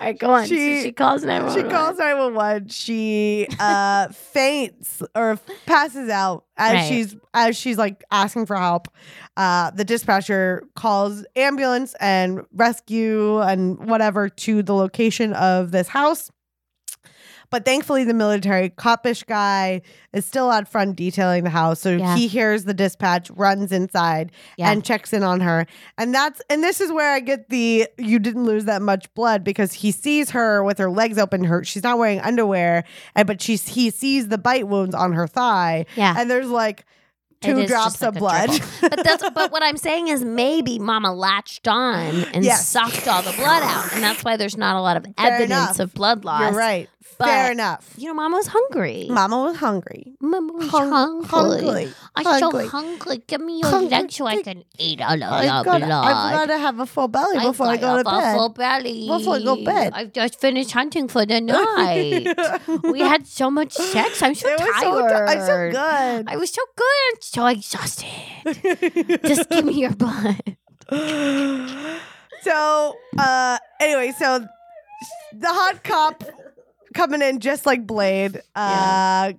right, go on. She- so she calls She 911. calls 911. She uh faints or passes out as Right. she's as she's like asking for help. Uh the dispatcher calls ambulance and rescue and whatever to the location of this house. But thankfully the military copish guy is still out front detailing the house. So Yeah. he hears the dispatch, runs inside Yeah. and checks in on her. And that's and this is where I get the you didn't lose that much blood because he sees her with her legs open. Her she's not wearing underwear, and but she's he sees the bite wounds on her thigh, yeah. and there's like It two is drops just like of a blood. dribble. But that's but what I'm saying is maybe Mama latched on and Yes. sucked all the blood out, and that's why there's not a lot of Fair evidence enough. of blood loss. You're right. But- Fair enough. You know, Mama was hungry. Mama was hungry. Mama was Hung- hungry. Hungry. I'm Hungry. so hungry. Give me your Hungry. leg so I can eat all of your I've blood. got, I've got to have a full belly I've before I got go to a full bed. belly. Before I go to bed. I've just finished hunting for the night. we had so much sex. I'm so it was so, tired. ti- I'm so good. I was so good. I'm so exhausted. Just give me your blood. so uh anyway so the hot cop coming in just like blade uh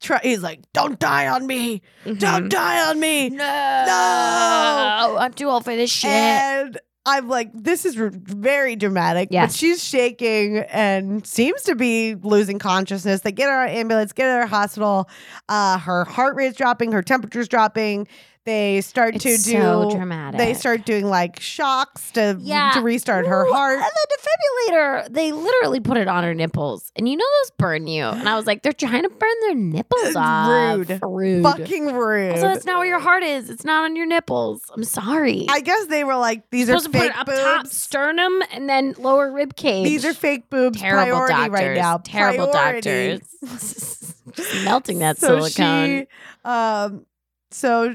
try. He's like, "Don't die on me! Don't die on me!" No. Mm-hmm. No. I'm too old for this shit. And I'm like, "This is r- very dramatic." Yeah. But she's shaking and seems to be losing consciousness. They get her on ambulance, get her to the hospital. Uh, her heart rate's dropping, her temperature's dropping. They start to do. it's so dramatic. They start doing like shocks to Yeah. to restart her Ooh, heart. And the defibrillator, they literally put it on her nipples. And you know those burn you. And I was like, they're trying to burn their nipples It's off. rude. Rude. Fucking rude. So it's not where your heart is. It's not on your nipples. I'm sorry. I guess they were like, these are supposed to put fake it up boobs. top, sternum, and then lower rib cage. These are fake boobs. terrible priority doctors. right now. Terrible Priority. doctors. Just melting that so silicone. She, um, so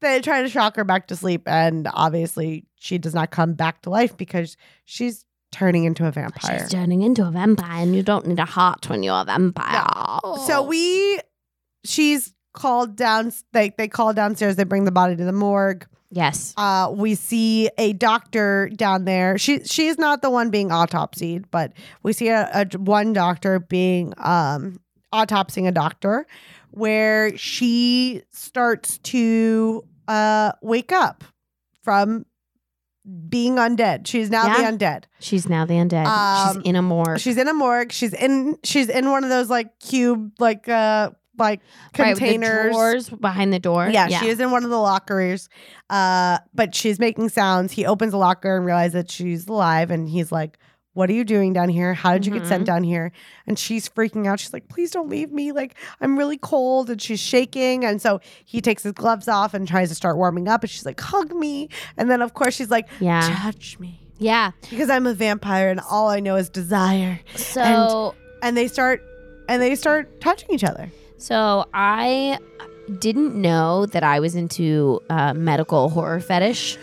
they try to shock her back to sleep, and obviously she does not come back to life because she's turning into a vampire. She's turning into a vampire, and you don't need a heart when you're a vampire. So we, she's called down. They they call downstairs. They bring the body to the morgue. yes, Uh, we see a doctor down there. She she's not the one being autopsied, but we see a, a one doctor being um autopsying a doctor, where she starts to uh wake up from being undead. She's now Yeah. the undead. she's now the undead. Um, she's in a morgue. She's in a morgue. She's in she's in one of those like cube like uh like Right, with containers. the drawers behind the door. Yeah, she is in one of the lockers, uh, but she's making sounds. He opens the locker and realizes that she's alive, and he's like, "What are you doing down here? How did you get sent Mhm. down here?" And she's freaking out. She's like, "Please don't leave me! Like I'm really cold," and she's shaking. And so he takes his gloves off and tries to start warming up, and she's like, "Hug me!" And then of course she's like, Yeah. "Touch me," Yeah. because I'm a vampire, and all I know is desire. So And they start, and they start touching each other. so I didn't know that I was into uh, medical horror fetish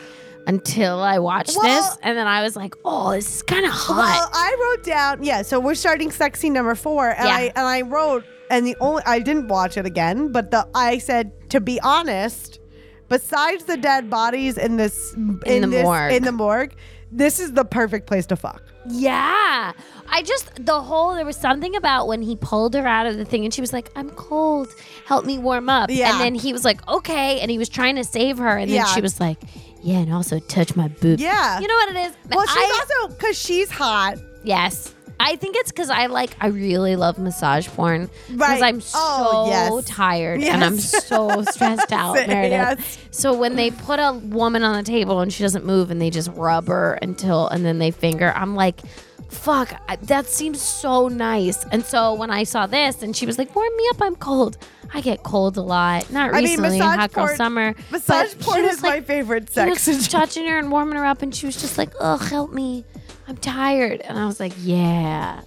until I watched Well- this, and then I was like, "Oh, this is kind of Well, hot." I wrote down yeah. So we're starting sex scene number four, and Yeah. I and I wrote and the only I didn't watch it again, but the I said to be honest, besides the dead bodies in this in, the this, morgue. in the morgue, this is the perfect place to fuck. yeah, I just the whole there was something about when he pulled her out of the thing, and she was like, "I'm cold, help me warm up." Yeah. and then he was like, "Okay," and he was trying to save her, and then Yeah. she was like, "Yeah," and also touch my boob. Yeah. you know what it is. well, she's I- also because she's hot, Yes. I think it's because I like, I really love massage porn. Right. Because I'm so Oh, yes. tired and I'm Yes. so stressed out, Yes. Meredith. So when they put a woman on the table and she doesn't move and they just rub her until, and then they finger, I'm like, fuck, I, that seems so nice. And so when I saw this and she was like, warm me up, I'm cold. I get cold a lot. Not I mean, recently, massage hot girl porn- summer. Massage but she porn was is like, my favorite he sex. was touching her and warming her up, and she was just like, "Ugh, help me, I'm tired." And I was like, "Yeah."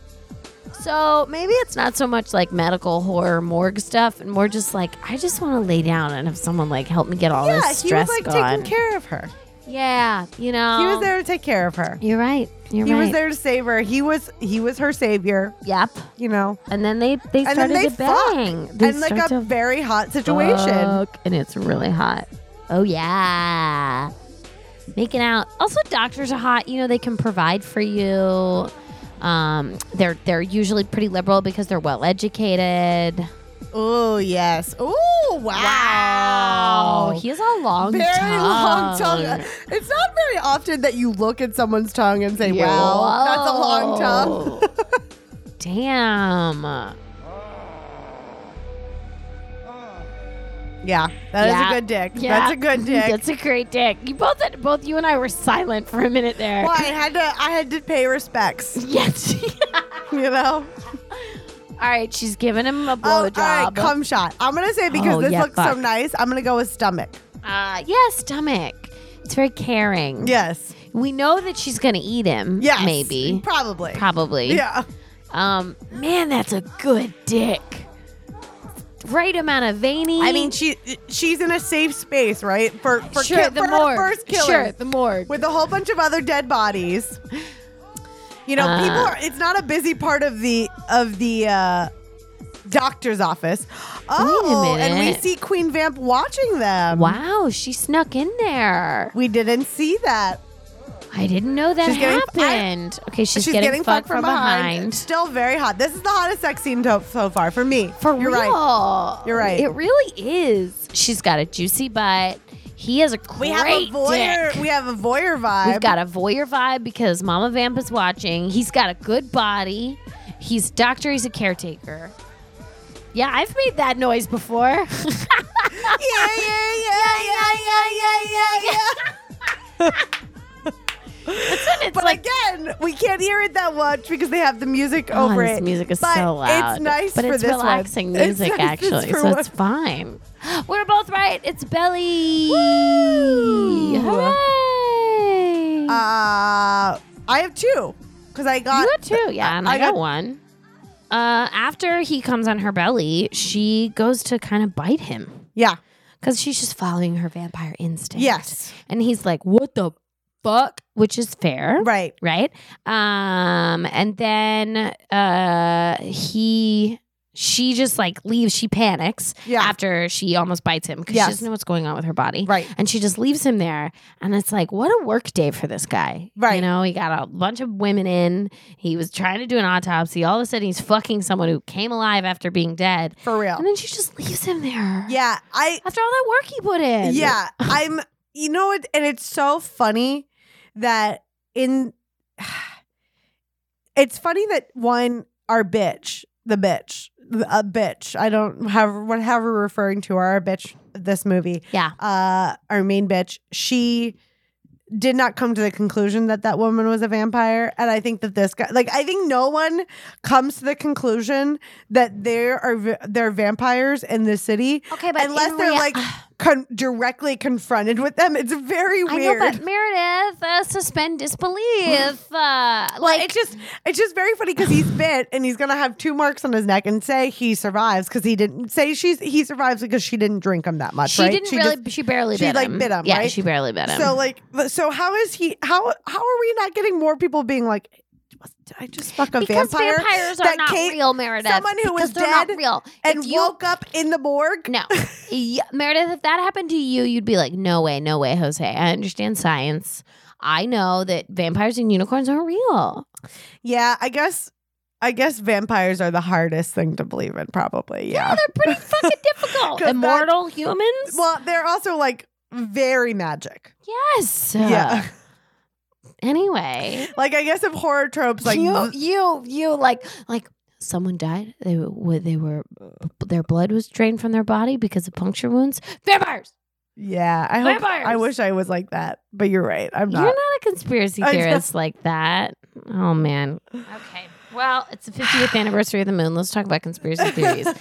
So maybe it's not so much like medical horror morgue stuff, and more just like I just want to lay down and have someone like help me get all yeah, this he was stress like gone. taking care of her. yeah, you know, He was there to take care of her. You're right. You're He Oh. right. was there to save her. He was he was her savior. Yep. You know. And then they they And started then they to bang. They and like start a to very hot situation. fuck, and it's really hot. Oh yeah, making out. Also, doctors are hot. You know they can provide for you. Um, they're they're usually pretty liberal because they're well educated. Oh yes. Oh wow. he has a long Very tongue. long tongue. It's not very often that you look at someone's tongue and say, "Wow, that's a long tongue." Damn. Yeah, that is Yeah. a good dick. Yeah. That's a good dick. That's a great dick. You both both you and I were silent for a minute there. well, I had to, I had to pay respects. Yes. You know, Oh, all right, she's giving him a blowjob. all right, cum shot. I'm gonna say because Oh, this yeah, looks fuck. so nice. I'm gonna go with stomach. Uh, yeah, stomach. It's very caring. Yes, We know that she's gonna eat him. yes, Maybe. probably, Probably. yeah. Um, man, that's a good dick. Right amount of veiny. I mean, she she's in a safe space, right? For for, sure, ki- the for her morgue. first killer. Sure, the morgue. with a whole bunch of other dead bodies. You know, Uh. people are it's not a busy part of the of the uh doctor's office. Oh, and we minute. see Queen Vamp watching them. wow, she snuck in there. We didn't see that. I didn't know that She's getting- I- happened. okay, she's, She's, getting, fucked from, behind. behind. Still very hot. This is the hottest sex scene to, so far for me. For You're real. right. You're right. It really is. She's got a juicy butt. He has a great We have a voyeur. dick. We have a voyeur vibe. We've got a voyeur vibe because Mama Vamp is watching. He's got a good body. He's a doctor. He's a caretaker. Yeah, I've made that noise before. yeah, yeah, yeah, yeah, yeah, yeah, yeah, yeah. it's But like again, we can't hear it that much because they have the music Oh, over this it. music is but so loud. It's nice but for it's this one. relaxing It's music nice actually, for so one. it's fine. We're both right. It's belly. Hooray! Uh, I have two because I got you got two, yeah, and I, I got, got- one. Uh, after he comes on her belly, she goes to kind of bite him yeah, because she's just following her vampire instinct. yes, and he's like, "What the fuck?" Which is fair, right. right? Um, and then uh, he, she just like leaves. She panics Yeah. after she almost bites him because Yes. she doesn't know what's going on with her body, Right. And she just leaves him there, and it's like, what a work day for this guy, You Right. know, he got a bunch of women in. He was trying to do an autopsy. All of a sudden, he's fucking someone who came alive after being dead, For real. and then she just leaves him there. Yeah, I After all that work he put in. yeah, I'm you know what and it's so funny that in it's funny that one our bitch, the bitch, the- a bitch. I don't have whatever we're referring to her, our bitch this movie. Yeah. Uh our main bitch, she did not come to the conclusion that that woman was a vampire and I think that this guy like I think no one comes to the conclusion that there are v- there are vampires in this city Okay, but unless in they're rea- like con- directly confronted with them, it's very weird. I know, but Meredith, uh, suspend disbelief. Uh, Well, like, it's just it's just very funny because he's bit and he's gonna have two marks on his neck and say he survives because he didn't say she's he survives because she didn't drink him that much. she right? didn't really, just- she barely she, bit like, him. bit him, Yeah, right? she barely bit him. so like so how is he how how are we not getting more people being like did I just fuck a because vampire vampires are that not came- real, Meredith. someone who because was they're not dead real. and if you, woke up in the morgue? no, Yeah, Meredith, if that happened to you, you'd be like, no way, no way, Jose. I understand science. I know that vampires and unicorns aren't real. Yeah, I guess I guess vampires are the hardest thing to believe in, probably. Yeah. They're pretty fucking difficult. 'Cause that- Immortal humans? well, they're also like very magic. yes. Yeah. Anyway. Like I guess if horror tropes like you, you, you, like, like someone died. They were, they were, their blood was drained from their body because of puncture wounds. Vampires. Yeah, I hope, Vampires! I wish I was like that, but you're right. I'm You're not. not a conspiracy I know. theorist like that. Oh man. Okay. Well, it's the 50th anniversary of the moon. Let's talk about conspiracy theories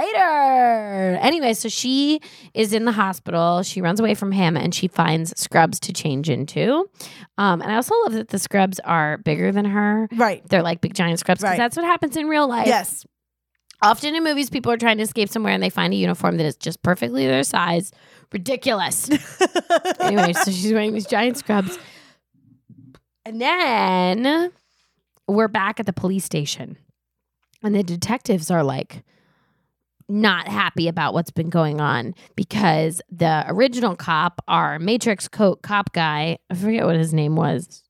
later. Anyway, so she is in the hospital. She runs away from him and she finds scrubs to change into. Um, and I also love that the scrubs are bigger than her. right. They're like big giant scrubs because Right. that's what happens in real life. Yes. Often in movies, people are trying to escape somewhere and they find a uniform that is just perfectly their size. Ridiculous. anyway, so she's wearing these giant scrubs. And then we're back at the police station. And the detectives are like not happy about what's been going on because the original cop, our Matrix coat cop guy, I forget what his name was.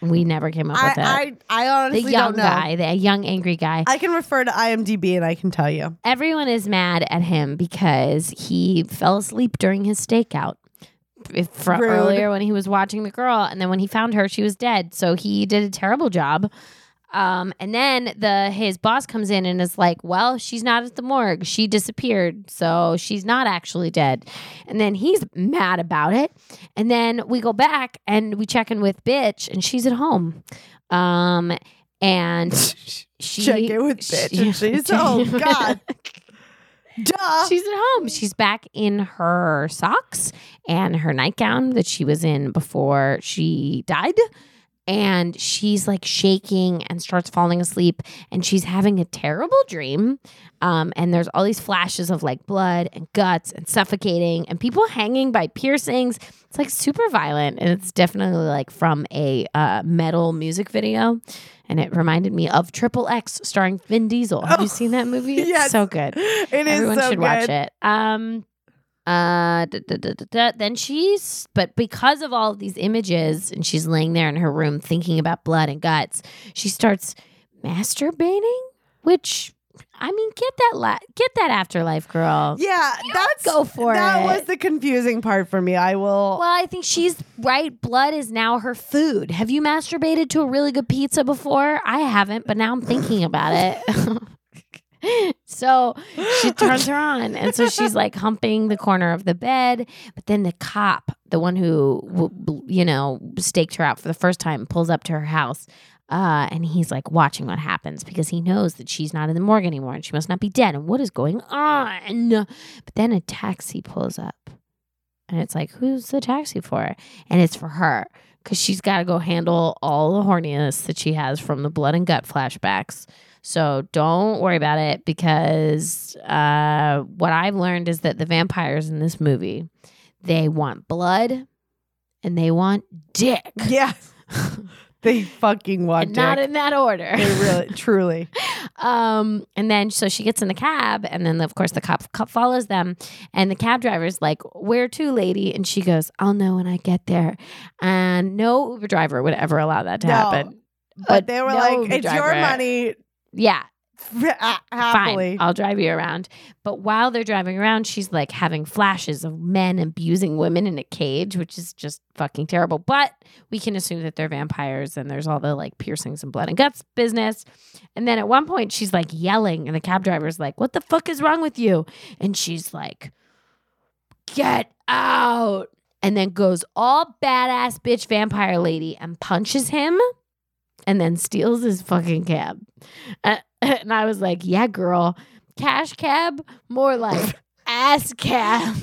We never came up with it. I, I I the honestly young don't know. guy, the young angry guy I can refer to IMDb and I can tell you. everyone is mad at him because he fell asleep during his stakeout If- from Rude. earlier when he was watching the girl and then when he found her she was dead so he did a terrible job um, and then the his boss comes in and is like well she's not at the morgue she disappeared so she's not actually dead and then he's mad about it and then we go back and we check in with bitch and she's at home um, and she Check it with bitch. and she's oh god, duh. She's at home. She's back in her socks and her nightgown that she was in before she died. And she's like shaking and starts falling asleep. And she's having a terrible dream. Um, and there's all these flashes of like blood and guts and suffocating and people hanging by piercings. It's like super violent. And it's definitely like from a uh, metal music video. And it reminded me of Triple X starring Vin Diesel. Have you seen that movie? It's Yes. so good it is everyone so should good. watch it. Um, Uh, da, da, da, da, da. Then she's, but because of all of these images, and she's laying there in her room thinking about blood and guts, she starts masturbating. Which, I mean, get that la- get that afterlife, girl. Yeah, that's go for it. that was the confusing part for me. I will. Well, I think she's right. Blood is now her food. Have you masturbated to a really good pizza before? I haven't, but now I'm thinking about it. so she turns her on. And so she's like humping the corner of the bed. But then the cop, the one who, w- bl- you know, staked her out for the first time, pulls up to her house. Uh, and he's like watching what happens because he knows that she's not in the morgue anymore and she must not be dead. And what is going on? But then a taxi pulls up. And it's like, who's the taxi for? And it's for her because she's got to go handle all the horniness that she has from the blood and gut flashbacks. So don't worry about it because uh, what I've learned is that the vampires in this movie, they want blood and they want dick. Yeah, they fucking want and not dick. in that order. they really, truly. Um, and then so she gets in the cab, and then of course the cop, cop follows them, and the cab driver's like, "Where to, lady?" And she goes, "I'll know when I get there." And no Uber driver would ever allow that to No. happen. But they were no like, Uber "It's your driver. money." Yeah, ha- Happily, fine, I'll drive you around. But while they're driving around, she's like having flashes of men abusing women in a cage, which is just fucking terrible. But we can assume that they're vampires and there's all the like piercings and blood and guts business. And then at one point, she's like yelling, and the cab driver's like, What the fuck is wrong with you? And she's like, Get out. And then goes all badass bitch vampire lady and punches him and then steals his fucking cab. Uh, and I was like, yeah, girl, cash cab, more like ass cab.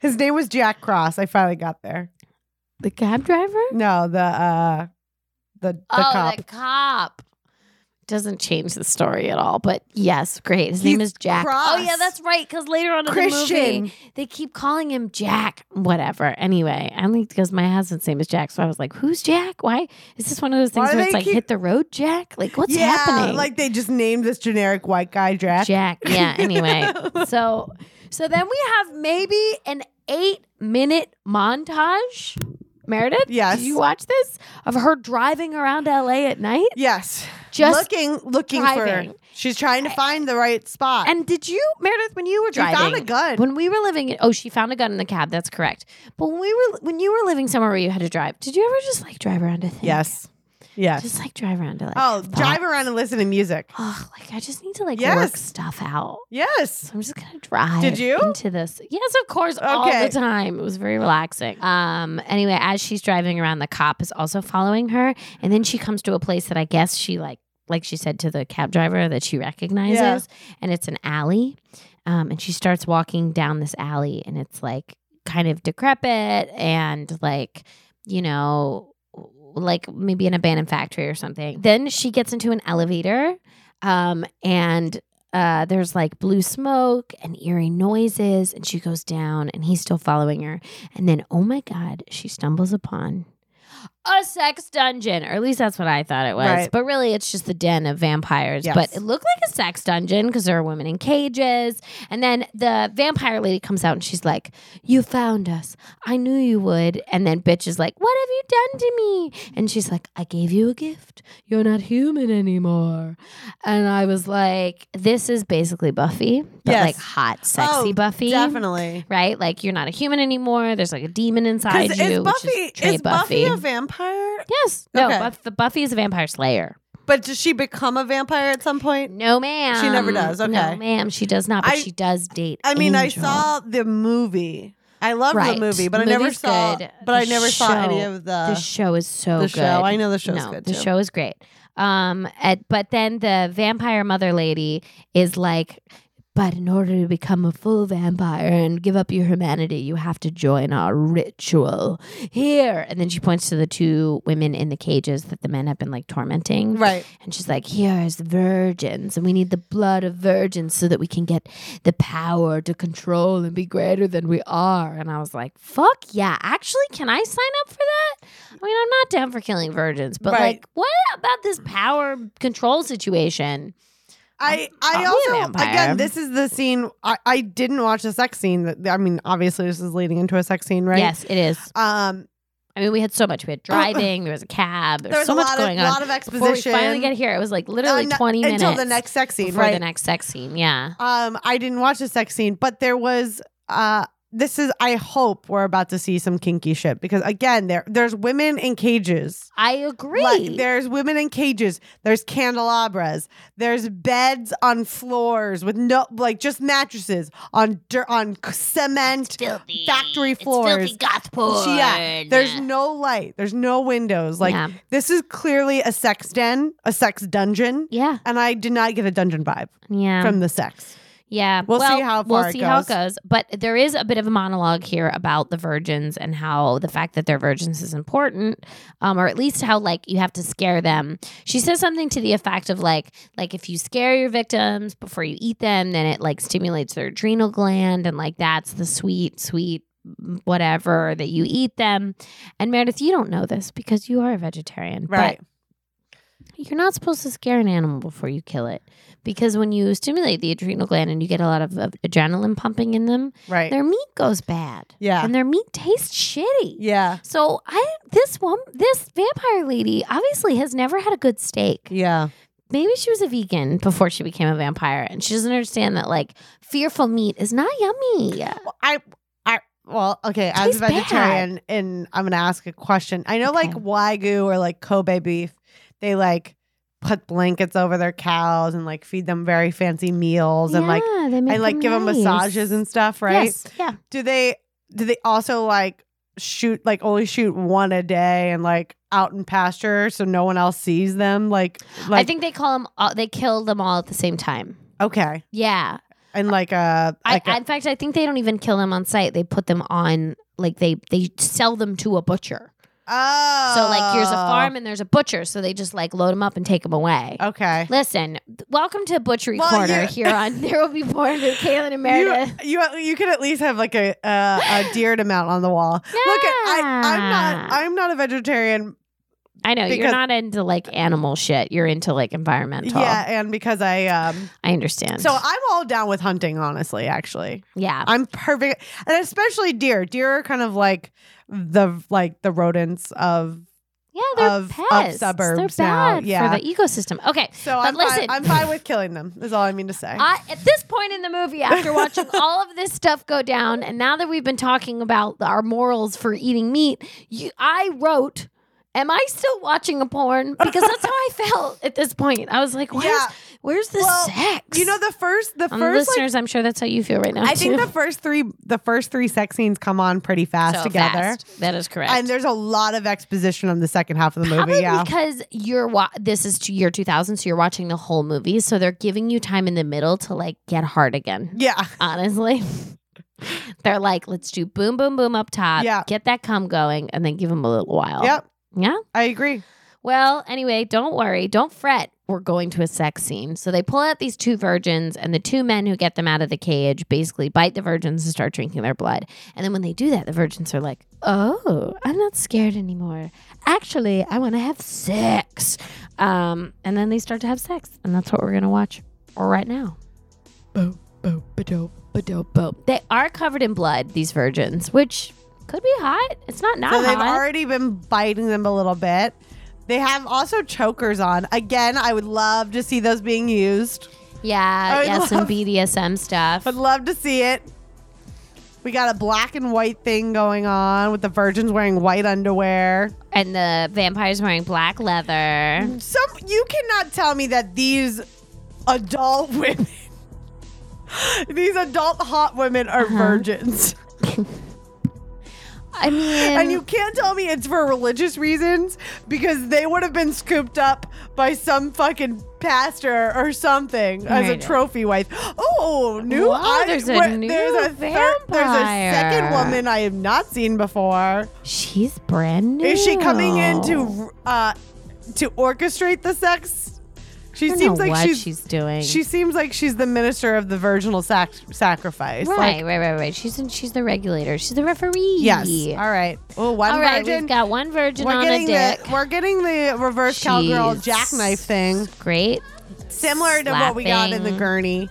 his name was Jack Cross. I finally got there. The cab driver? No, the uh, the the oh, cop. the cop. Doesn't change the story at all, but yes, great. His name He's is Jack. Oh cross. yeah, that's right. Because later on in the Christian. movie, they keep calling him Jack. Whatever. Anyway, I think because my husband's name is Jack, so I was like, "Who's Jack? Why is this one of those things Why do where it's they like keep- hit the road, Jack? Like what's yeah, happening?" like they just named this generic white guy Jack. Jack. Yeah. Anyway, so so then we have maybe an eight minute montage. Meredith, Yes. did you watch this of her driving around LA at night? Yes, Just looking, looking driving. for. She's trying to find the right spot. and did you, Meredith, when you were she driving, found a gun. when we were living in oh she found a gun in the cab that's correct but when we were when you were living somewhere where you had to drive did you ever just like drive around to think yes, yes. just like drive around to like oh, thought, drive around and listen to music. oh like i just need to like work Yes. stuff out Yes. So I'm just gonna drive. Did you? into this? Yes, of course, all Okay. the time. It was very relaxing. Um. Anyway, as she's driving around, the cop is also following her, and then she comes to a place that I guess she like, like she said to the cab driver that she recognizes, Yeah. and it's an alley. Um, and she starts walking down this alley, and it's like kind of decrepit and like you know, like maybe an abandoned factory or something. Then she gets into an elevator, um, and uh, there's like blue smoke and eerie noises, and she goes down, and he's still following her. And then, oh my God, she stumbles upon a sex dungeon, or at least that's what I thought it was. Right. But really, it's just the den of vampires. Yes. But it looked like a sex dungeon because there are women in cages. And then the vampire lady comes out and she's like, You found us. I knew you would. And then bitch is like, What have you done to me? And she's like, I gave you a gift. You're not human anymore. And I was like, This is basically Buffy, but Yes. like hot, sexy Oh, Buffy. Definitely. Right? Like you're not a human anymore. There's like a demon inside Because you. is which Buffy is, is, Trey Buffy a vampire? Yes. No, Okay. Buff- the Buffy is a vampire slayer. But does she become a vampire at some point? No, ma'am. She never does, No, okay. ma'am. She does not, but I- she does date. I mean, Angel. I saw the movie. I love Right. the movie, but The I never movie's saw. good. But I The never saw any show- of the the. show is so the good. show. I know the show's no, good, The too. show is great. Um, at, but then the vampire mother lady is like, but in order to become a full vampire and give up your humanity, you have to join our ritual here. And then she points to the two women in the cages that the men have been like tormenting. right. And she's like, here's virgins, and we need the blood of virgins so that we can get the power to control and be greater than we are. And I was like, fuck yeah. Actually, can I sign up for that? I mean, I'm not down for killing virgins, but Right. like, what about this power control situation? I, I I'm a also vampire. again, this is the scene I, I didn't watch the sex scene. That I mean, obviously this is leading into a sex scene, right? Yes, it is. Um, I mean, we had so much. We had driving. there was a cab. There, there was was so a much lot going of on. lot of Before we exposition. finally get here, it was like literally Uh, no- twenty minutes until the next sex scene, before right? the next sex scene. Yeah, Um, I didn't watch the sex scene, but there was. Uh, this is. I hope we're about to see some kinky shit because again, there there's women in cages. I agree. Like, there's women in cages. There's candelabras. There's beds on floors with no like just mattresses on dirt on c- cement filthy factory floors. goth Yeah, there's no light. There's no windows. Like yeah. this is clearly a sex den, a sex dungeon, yeah, and I did not get a dungeon vibe yeah. from the sex. Yeah. We'll see how we'll far it see how it goes. goes. But there is a bit of a monologue here about the virgins and how the fact that they're virgins is important, um, or at least how like you have to scare them. She says something to the effect of like, like if you scare your victims before you eat them, then it like stimulates their adrenal gland, and like that's the sweet, sweet whatever that you eat them. And Meredith, you don't know this because you are a vegetarian, But Right. you're not supposed to scare an animal before you kill it because when you stimulate the adrenal gland and you get a lot of, of adrenaline pumping in them, Right. their meat goes bad yeah. and their meat tastes shitty. yeah. So I this one this vampire lady obviously has never had a good steak. Yeah. Maybe she was a vegan before she became a vampire and she doesn't understand that like fearful meat is not yummy. Well, I, I, well, okay. As a Tastes bad. vegetarian, and I'm gonna ask a question. I know, like Okay. wagyu or like Kobe beef, they like put blankets over their cows and like feed them very fancy meals and like Yeah, they make and like give them nice. massages and stuff, right? Yes, yeah. Do they? Do they also like shoot like only shoot one a day and like out in pasture so no one else sees them? Like, like I think they call them all, they kill them all at the same time. okay, Yeah. and like a like a I, in fact, I think they don't even kill them on site. They put them on like they they sell them to a butcher. oh, So like here's a farm and there's a butcher. So they just like load them up and take them away. Okay. Listen, th- welcome to Butchery Oh. Well, Corner you- here on There Will Be Born with Kaylin and Meredith. You, you you could at least have like a uh, a deer to mount on the wall. Look, at, I I'm not Nah. I'm not a vegetarian. I know you're because- not into like animal shit. You're into like environmental. Yeah, and because I um, I understand. so I'm all down with hunting. Honestly, actually, yeah, I'm perfect, and especially deer. Deer are kind of like the like the rodents of. yeah, they're of- of pests. suburbs they're now, bad yeah. for the ecosystem. Okay, So But I'm fine, listen- I'm fine with killing them. Is all I mean to say. I, at this point in the movie, after watching all of this stuff go down, and now that we've been talking about our morals for eating meat, you, I wrote, "Am I still watching a porn?" Because that's how I felt at this point. I was like, "Where's Yeah. where's the Well, sex?" you know the first the And first like, listeners, I'm sure that's how you feel right now. I think too. the first three the first three sex scenes come on pretty fast So together. fast. That is correct. And there's a lot of exposition on the second half of the movie. Probably yeah. because you're wa- this is to year 2000, so you're watching the whole movie, so they're giving you time in the middle to like get hard again. Yeah. honestly. They're like, let's do boom, boom, boom up top. Yeah. Get that cum going and then give them a little while. Yep. Yeah. I agree. Well, anyway, don't worry. Don't fret. We're going to a sex scene. So they pull out these two virgins, and the two men who get them out of the cage basically bite the virgins and start drinking their blood. And then when they do that, the virgins are like, oh, I'm not scared anymore. Actually, I want to have sex. Um, and then they start to have sex. And that's what we're going to watch right now. Boom, boom, ba-dope, ba-dope, boom. They are covered in blood, these virgins, which could be hot. It's not not So they've hot. already been biting them a little bit. They have also chokers on. Again, I would love to see those being used. Yeah, I yeah, some love- BDSM stuff. I'd love to see it. We got a black and white thing going on with the virgins wearing white underwear. And the vampire's wearing black leather. Some you cannot tell me that these adult women these adult hot women are virgins. I mean, And you can't tell me it's for religious reasons because they would have been scooped up by some fucking pastor or something as a Right. trophy wife. Oh, new Wow, I- there's a new thir- there's a second vampire. woman I have not seen before. she's brand new. Is she coming in to uh to orchestrate the sex? She I don't seems know like what she's, she's, doing. she seems like she's the minister of the virginal sac- sacrifice. right, Like, right, right, right. She's in, she's the regulator. She's the referee. yes. All right. Oh, one All right, virgin. we've got one virgin we're on a getting dick. the we're getting the reverse cowgirl Jeez. jackknife thing. Great Similar to what we got in the Slapping. gurney.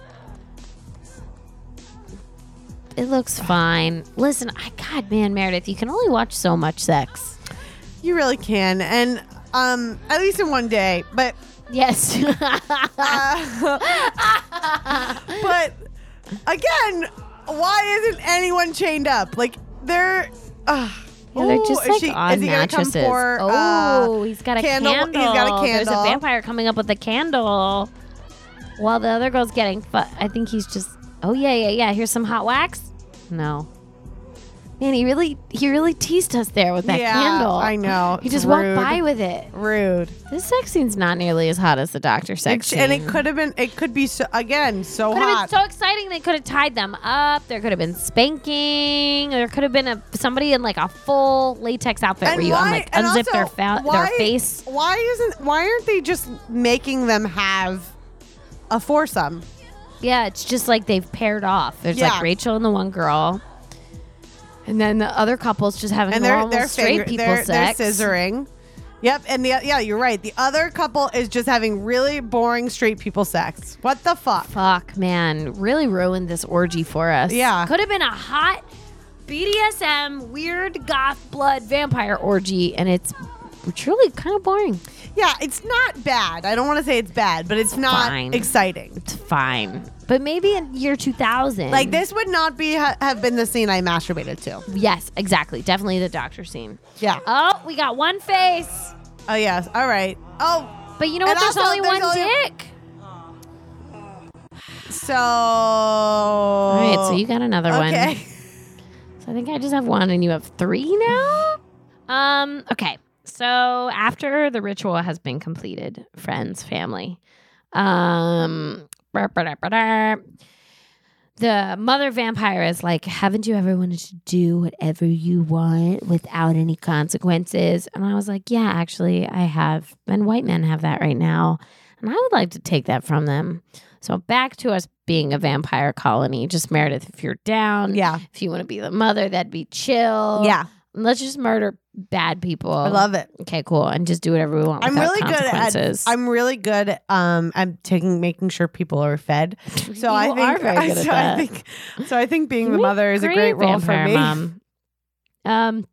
It looks fine. Listen, I God, man, Meredith, you can only watch so much sex. You really can, and um, at least in one day. But Yes. but again, why isn't anyone chained up? Like they're. Uh, Yeah, they're just like on mattresses. oh, he's got a uh, candle- candle. he's got a There's a candle. vampire coming up with a candle, while the other girl's getting. Fu- I think he's just. Oh yeah, yeah, yeah. Here's some hot wax. No, man, he really, he really teased us there with that yeah, candle. I know. He it's just rude. walked by with it. Rude. This sex scene's not nearly as hot as the doctor sex It- scene. and it could have been. It could be so again so Could have hot. been so exciting. They could have tied them up. There could have been spanking. There could have been a somebody in like a full latex outfit where you unlike and unzip their, also, fa- their why- face. Why isn't? Why aren't they just making them have a foursome? Yeah, it's just like they've paired off. There's Yeah. like Rachel and the one girl, and then the other couple's just having and they're normal they're straight finger- people they're, sex. they're scissoring. Yep, and the yeah, you're right. The other couple is just having really boring straight people sex. What the fuck? Fuck, man, really ruined this orgy for us. Yeah. could have been a hot BDSM weird goth blood vampire orgy, and it's truly kind of boring. Yeah, it's not bad. I don't want to say it's bad, but it's not Fine. exciting. It's fine, but maybe in year two thousand, Like this would not be ha- have been the scene I masturbated to. Yes, exactly, definitely the doctor scene. Yeah. Oh, we got one face, Oh yes. All right. Oh, but you know And what? There's also, only there's one only- dick. so All right, so you got another one. Oh, okay. So I think I just have one and you have three now? Um, okay. So after the ritual has been completed, friends, family, um, brr, brr, brr, brr, brr, the mother vampire is like, Haven't you ever wanted to do whatever you want without any consequences? And I was like, Yeah, actually, I have. And white men have that right now. And I would like to take that from them. So back to us being a vampire colony. Just Meredith, if you're down, Yeah. if you want to be the mother, that'd be chill. Yeah. Let's just murder bad people. I love it. Okay, cool. And just do whatever we want. I'm without really good at consequences. I'm really good um I'm taking making sure people are fed. So You I think are very good so at that. I think so I think being You the make mother is a great role for vampire me. Mom. Um,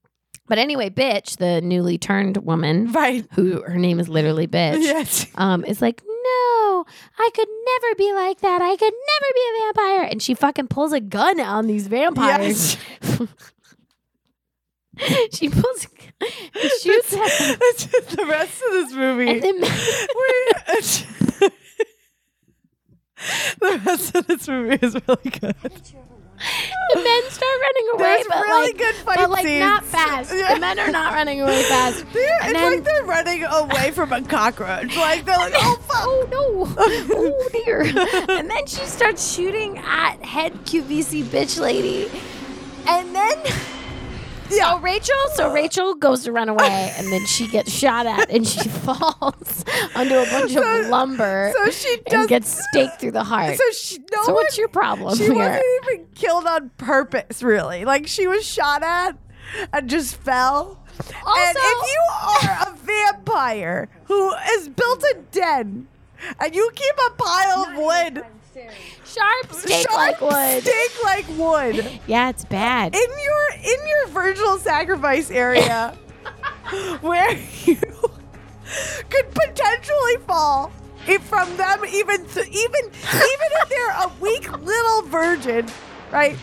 but anyway, bitch, the newly turned woman, Right. who her name is literally bitch, Yes. um, is like, no, I could never be like that. I could never be a vampire. And she fucking pulls a gun on these vampires. Yes. she pulls, and shoots at them. That's just the rest of this movie. And then We're- the rest of this movie is really good. the men start running away, There's but really like, good fight but like scenes. not fast. Yeah. The men are not running away fast. They're, it's And then- like they're running away from a cockroach. Like they're like, oh fuck. Oh no! Oh dear! and then she starts shooting at head QVC bitch lady, and then so Rachel, so Rachel goes to run away, and then she gets shot at, and she falls onto a bunch of So- lumber So she and does. gets staked through the heart. so she no So one. what's your problem she here? wasn't even killed on purpose, really. Like she was shot at and just fell. and Also- if you are a vampire who has built a den and you keep a pile of wood, Sharp stake sharp like wood. stake like wood, Yeah, it's bad. in your in your virginal sacrifice area where you could potentially fall if from them even th- even even if they're a weak little virgin right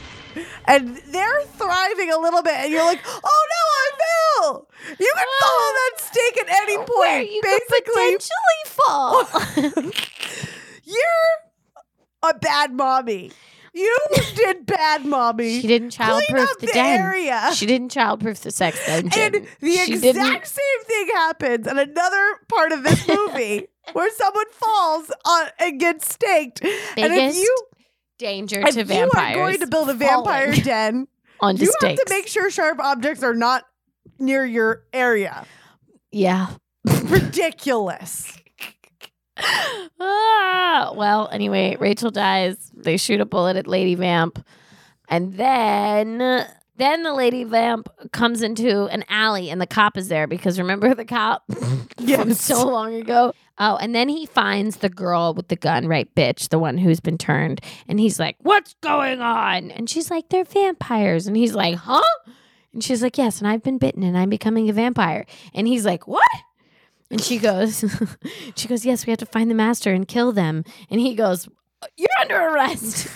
and they're thriving a little bit and you're like oh no i fell you can follow that stake at any point Where you could basically potentially fall. you're a bad mommy you did bad mommy She didn't Clean childproof up the, the den. area. She didn't childproof the sex dungeon. And the she exact didn't- same thing happens in another part of this movie where someone falls on, and gets staked. and if Biggest you, danger if to you vampires. are going to build a vampire falling den, on you stakes. have to make sure sharp objects are not near your area. yeah. Ridiculous. ah, well, anyway, Rachel dies. They shoot a bullet at Lady Vamp, and then then the Lady Vamp comes into an alley, and the cop is there because remember the cop from Yes. so long ago. Oh, and then he finds the girl with the gun, right, bitch, the one who's been turned. And he's like, What's going on? And she's like, They're vampires. And he's like, Huh? And she's like, Yes, and I've been bitten and I'm becoming a vampire. And he's like, What? And she goes, She goes, Yes, we have to find the master and kill them. And he goes, You're under arrest.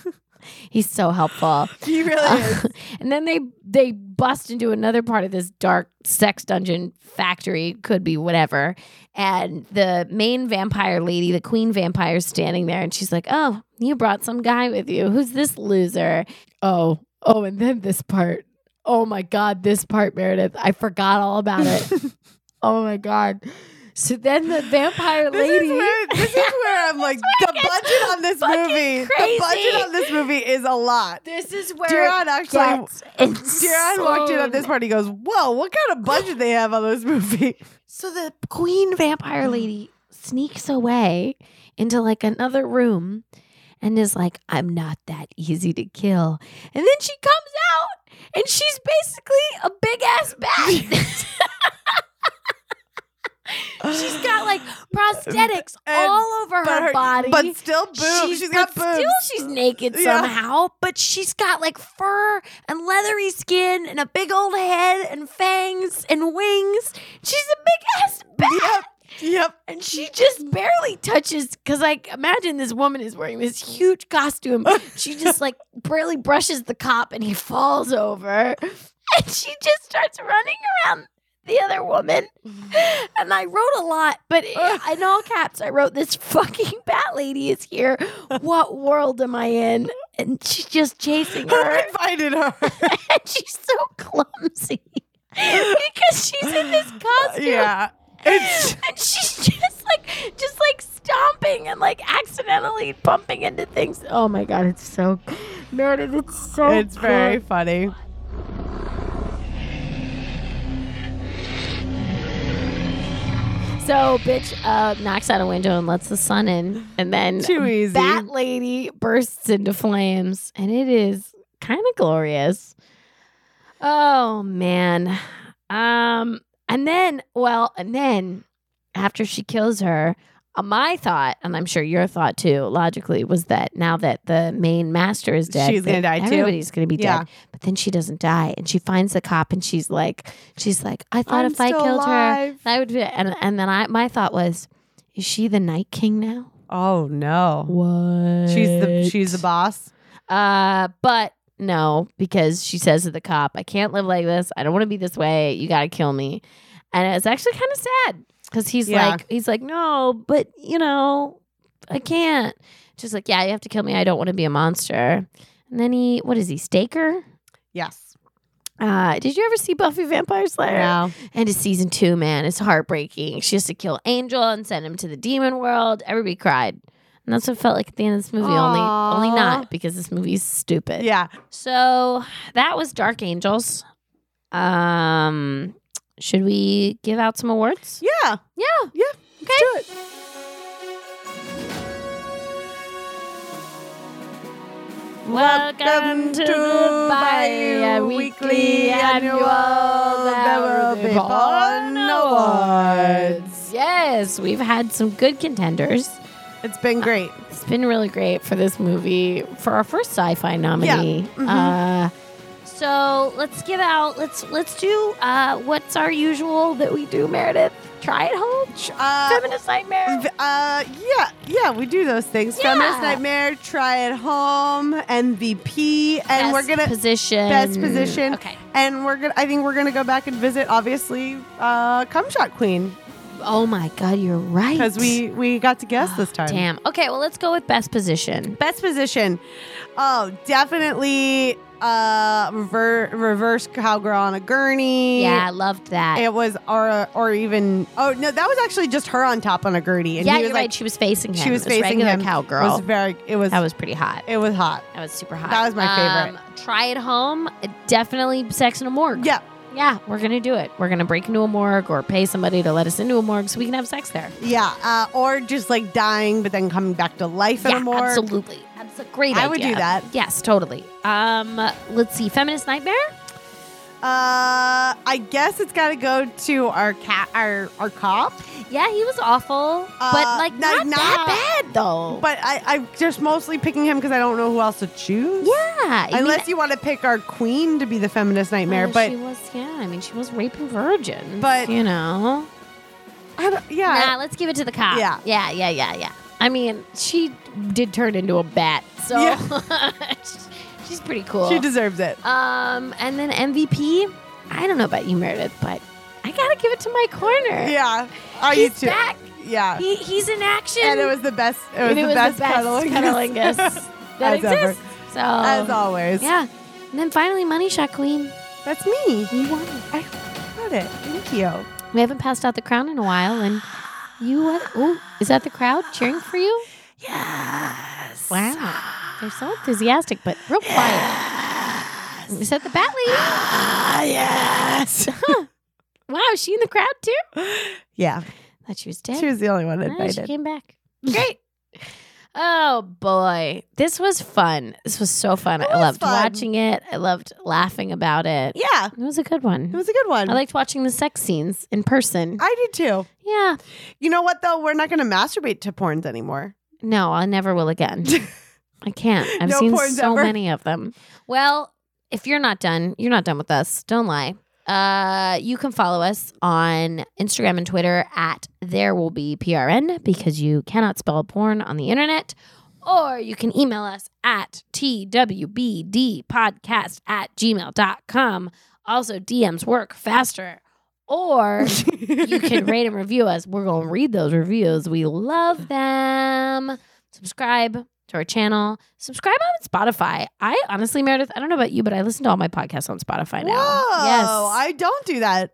he's so helpful. He really Uh, is. and then they they bust into another part of this dark sex dungeon factory could be whatever and the main vampire lady the queen vampire is standing there and she's like oh you brought some guy with you who's this loser oh oh and then this part oh my god this part meredith i forgot all about it oh my god so then the vampire This lady is where this is where I'm like the it gets budget on this fucking movie. crazy. The budget on this movie is a lot. this is where it Duran actually gets insane. Duran walked in on this party. Goes, whoa! What kind of budget they have on this movie? So the queen Mm. vampire lady sneaks away into like another room and is like, I'm not that easy to kill. And then she comes out and she's basically a big ass bat. she's got like prosthetics And- all over her, body. but still boobs. She's, she's got but boobs. Still, she's naked Yeah. somehow, but she's got like fur and leathery skin and a big old head and fangs and wings. She's a big ass bat. Yep. Yep. And she just barely touches because, like, imagine this woman is wearing this huge costume. She just like barely brushes the cop and he falls over. And she just starts running around the other woman. And I wrote a lot, but i- in all caps, I wrote, This fucking bat lady is here. What world am I in? And she's just chasing Who her. invited her? And she's so clumsy because she's in this costume yeah. It's and she's just like just like stomping and like accidentally bumping into things. Oh my god, it's so Meredith, it's so it's very funny. good. so bitch uh knocks out a window and lets the sun in and then Too easy. Bat lady bursts into flames and it is kind of glorious. Oh man. Um and then well and then after she kills her uh, my thought, and I'm sure your thought too, logically, was that now that the main master is dead, She's gonna that die too. Everybody's gonna be Yeah. dead. But then she doesn't die, and she finds the cop, and she's like, she's like, I thought I'm if I still killed her, alive. I would be. And, and then I, my thought was, is she the Night King now? Oh no. What? She's the she's the boss. Uh, but no, because she says to the cop, I can't live like this. I don't want to be this way. You got to kill me. And it's actually kind of sad because he's Yeah. like, he's like, no, but you know, I can't. She's like, yeah, you have to kill me. I don't want to be a monster. And then he, what is he, Staker? Yes. Uh, did you ever see Buffy Vampire Slayer? And it's season two, man. It's heartbreaking. She has to kill Angel and send him to the demon world. Everybody cried. And that's what it felt like at the end of this movie. Aw. Only only not because this movie's stupid. Yeah. So that was Dark Angels. Um should we give out some awards? Yeah. Yeah. Yeah. Let's do it. Welcome to the bi-weekly annual There Will Be Porn Awards. Yes, we've had some good contenders. It's been great. It's been really great for this movie, for our first sci-fi nominee. Yeah. Mhm. Uh, so let's give out. Let's let's do uh, what's our usual that we do, Meredith. Try it home. Uh, Feminist nightmare. v- uh, yeah, yeah, we do those things. Yeah. Feminist Nightmare, Try At Home, MVP, and Best we're gonna position. best position. Okay. and we're gonna. I think we're gonna go back and visit, obviously, uh, Cum Shot Queen Oh my God, you're right. because we we got to Ah, guess this time. Damn. Okay. Well, let's go with best position. Best position. Oh, definitely uh rever- reverse cowgirl on a gurney. Yeah, I loved that. It was or or even oh no, that was actually just her on top on a gurney. And yeah, he was you're like right. She was facing him. she was This facing regular him. cowgirl. was very it was, that was pretty hot. it was hot. That was super hot. That was my favorite. Um, try it home. Definitely sex in a morgue. Yeah, Yeah, we're gonna do it. We're gonna break into a morgue or pay somebody to let us into a morgue so we can have sex there. yeah. Uh, or just like dying but then coming back to life in yeah, a more absolutely. That's a great I idea. would do that. Yes, totally. Um, let's see, feminist nightmare. Uh, I guess it's got to go to our cat, our our cop. Yeah, he was awful, Uh, but like not- not, that not- bad though. But I, I'm just mostly picking him because I don't know who else to choose. yeah, I mean, Unless you want to pick our queen to be the feminist nightmare, uh, but she was yeah. I mean, she was raping virgins, But- you know, I don't, nah. yeah, Let's give it to the cop. Yeah. yeah, yeah, yeah, yeah. I mean, she did turn into a bat, so she's pretty cool. she deserves it. Um, and then MVP. I don't know about you, Meredith, but I gotta give it to my corner. Yeah, are you he's too? back. Yeah, He, he's in action. and it was the best. It was, And the, best cuddling cuddlingus that As ever. exists. So as always. Oh. yeah. And then finally, Money Shot Queen. that's me. You won. Got it. Thank you. We haven't passed out the crown in a while, and you won. Oh, is that the crowd cheering for you? Yes. Wow, they're so enthusiastic, but real quiet. Is that the Batley? Ah, yes. Wow, is she in the crowd too? yeah, Thought she was dead. she was the only one No, she invited. came back. Great. Oh boy, this was fun. This was so fun. It I was loved fun. watching it. I loved laughing about it. yeah, It was a good one. it was a good one. I liked watching the sex scenes in person. I did too. yeah. You know what though? We're not going to masturbate to porns anymore. No, I never will again. I can't. I've No seen porns so ever. many of them. Well, if you're not done, you're not done with us. Don't lie. Uh, you can follow us on Instagram and Twitter at there will be PRN because you cannot spell porn on the internet. Or you can email us at twbdpodcast at gmail.com. Also, DMs work faster. Or you can rate and review us. We're going to read those reviews. We love them. Subscribe to our channel. Subscribe on Spotify. I honestly, Meredith, I don't know about you, but I listen to all my podcasts on Spotify now. Whoa! yes. I don't do that.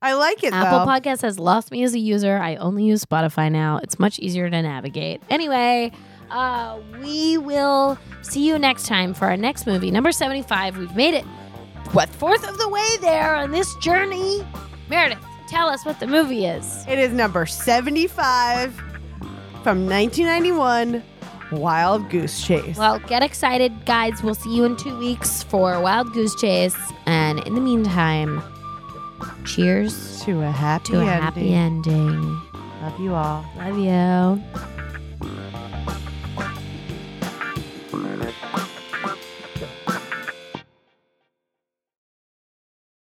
I like it Apple though. Podcast has lost me as a user. I only use Spotify now. It's much easier to navigate. Anyway, uh, we will see you next time for our next movie, number 75. We've made it what fourth of the way there on this journey. Meredith, tell us what the movie is. it is number seventy-five from nineteen ninety-one. Wild Goose Chase. Well, get excited, guys. We'll see you in two weeks for Wild Goose Chase. And in the meantime, cheers to a happy to a ending. happy ending. Love you all. Love you.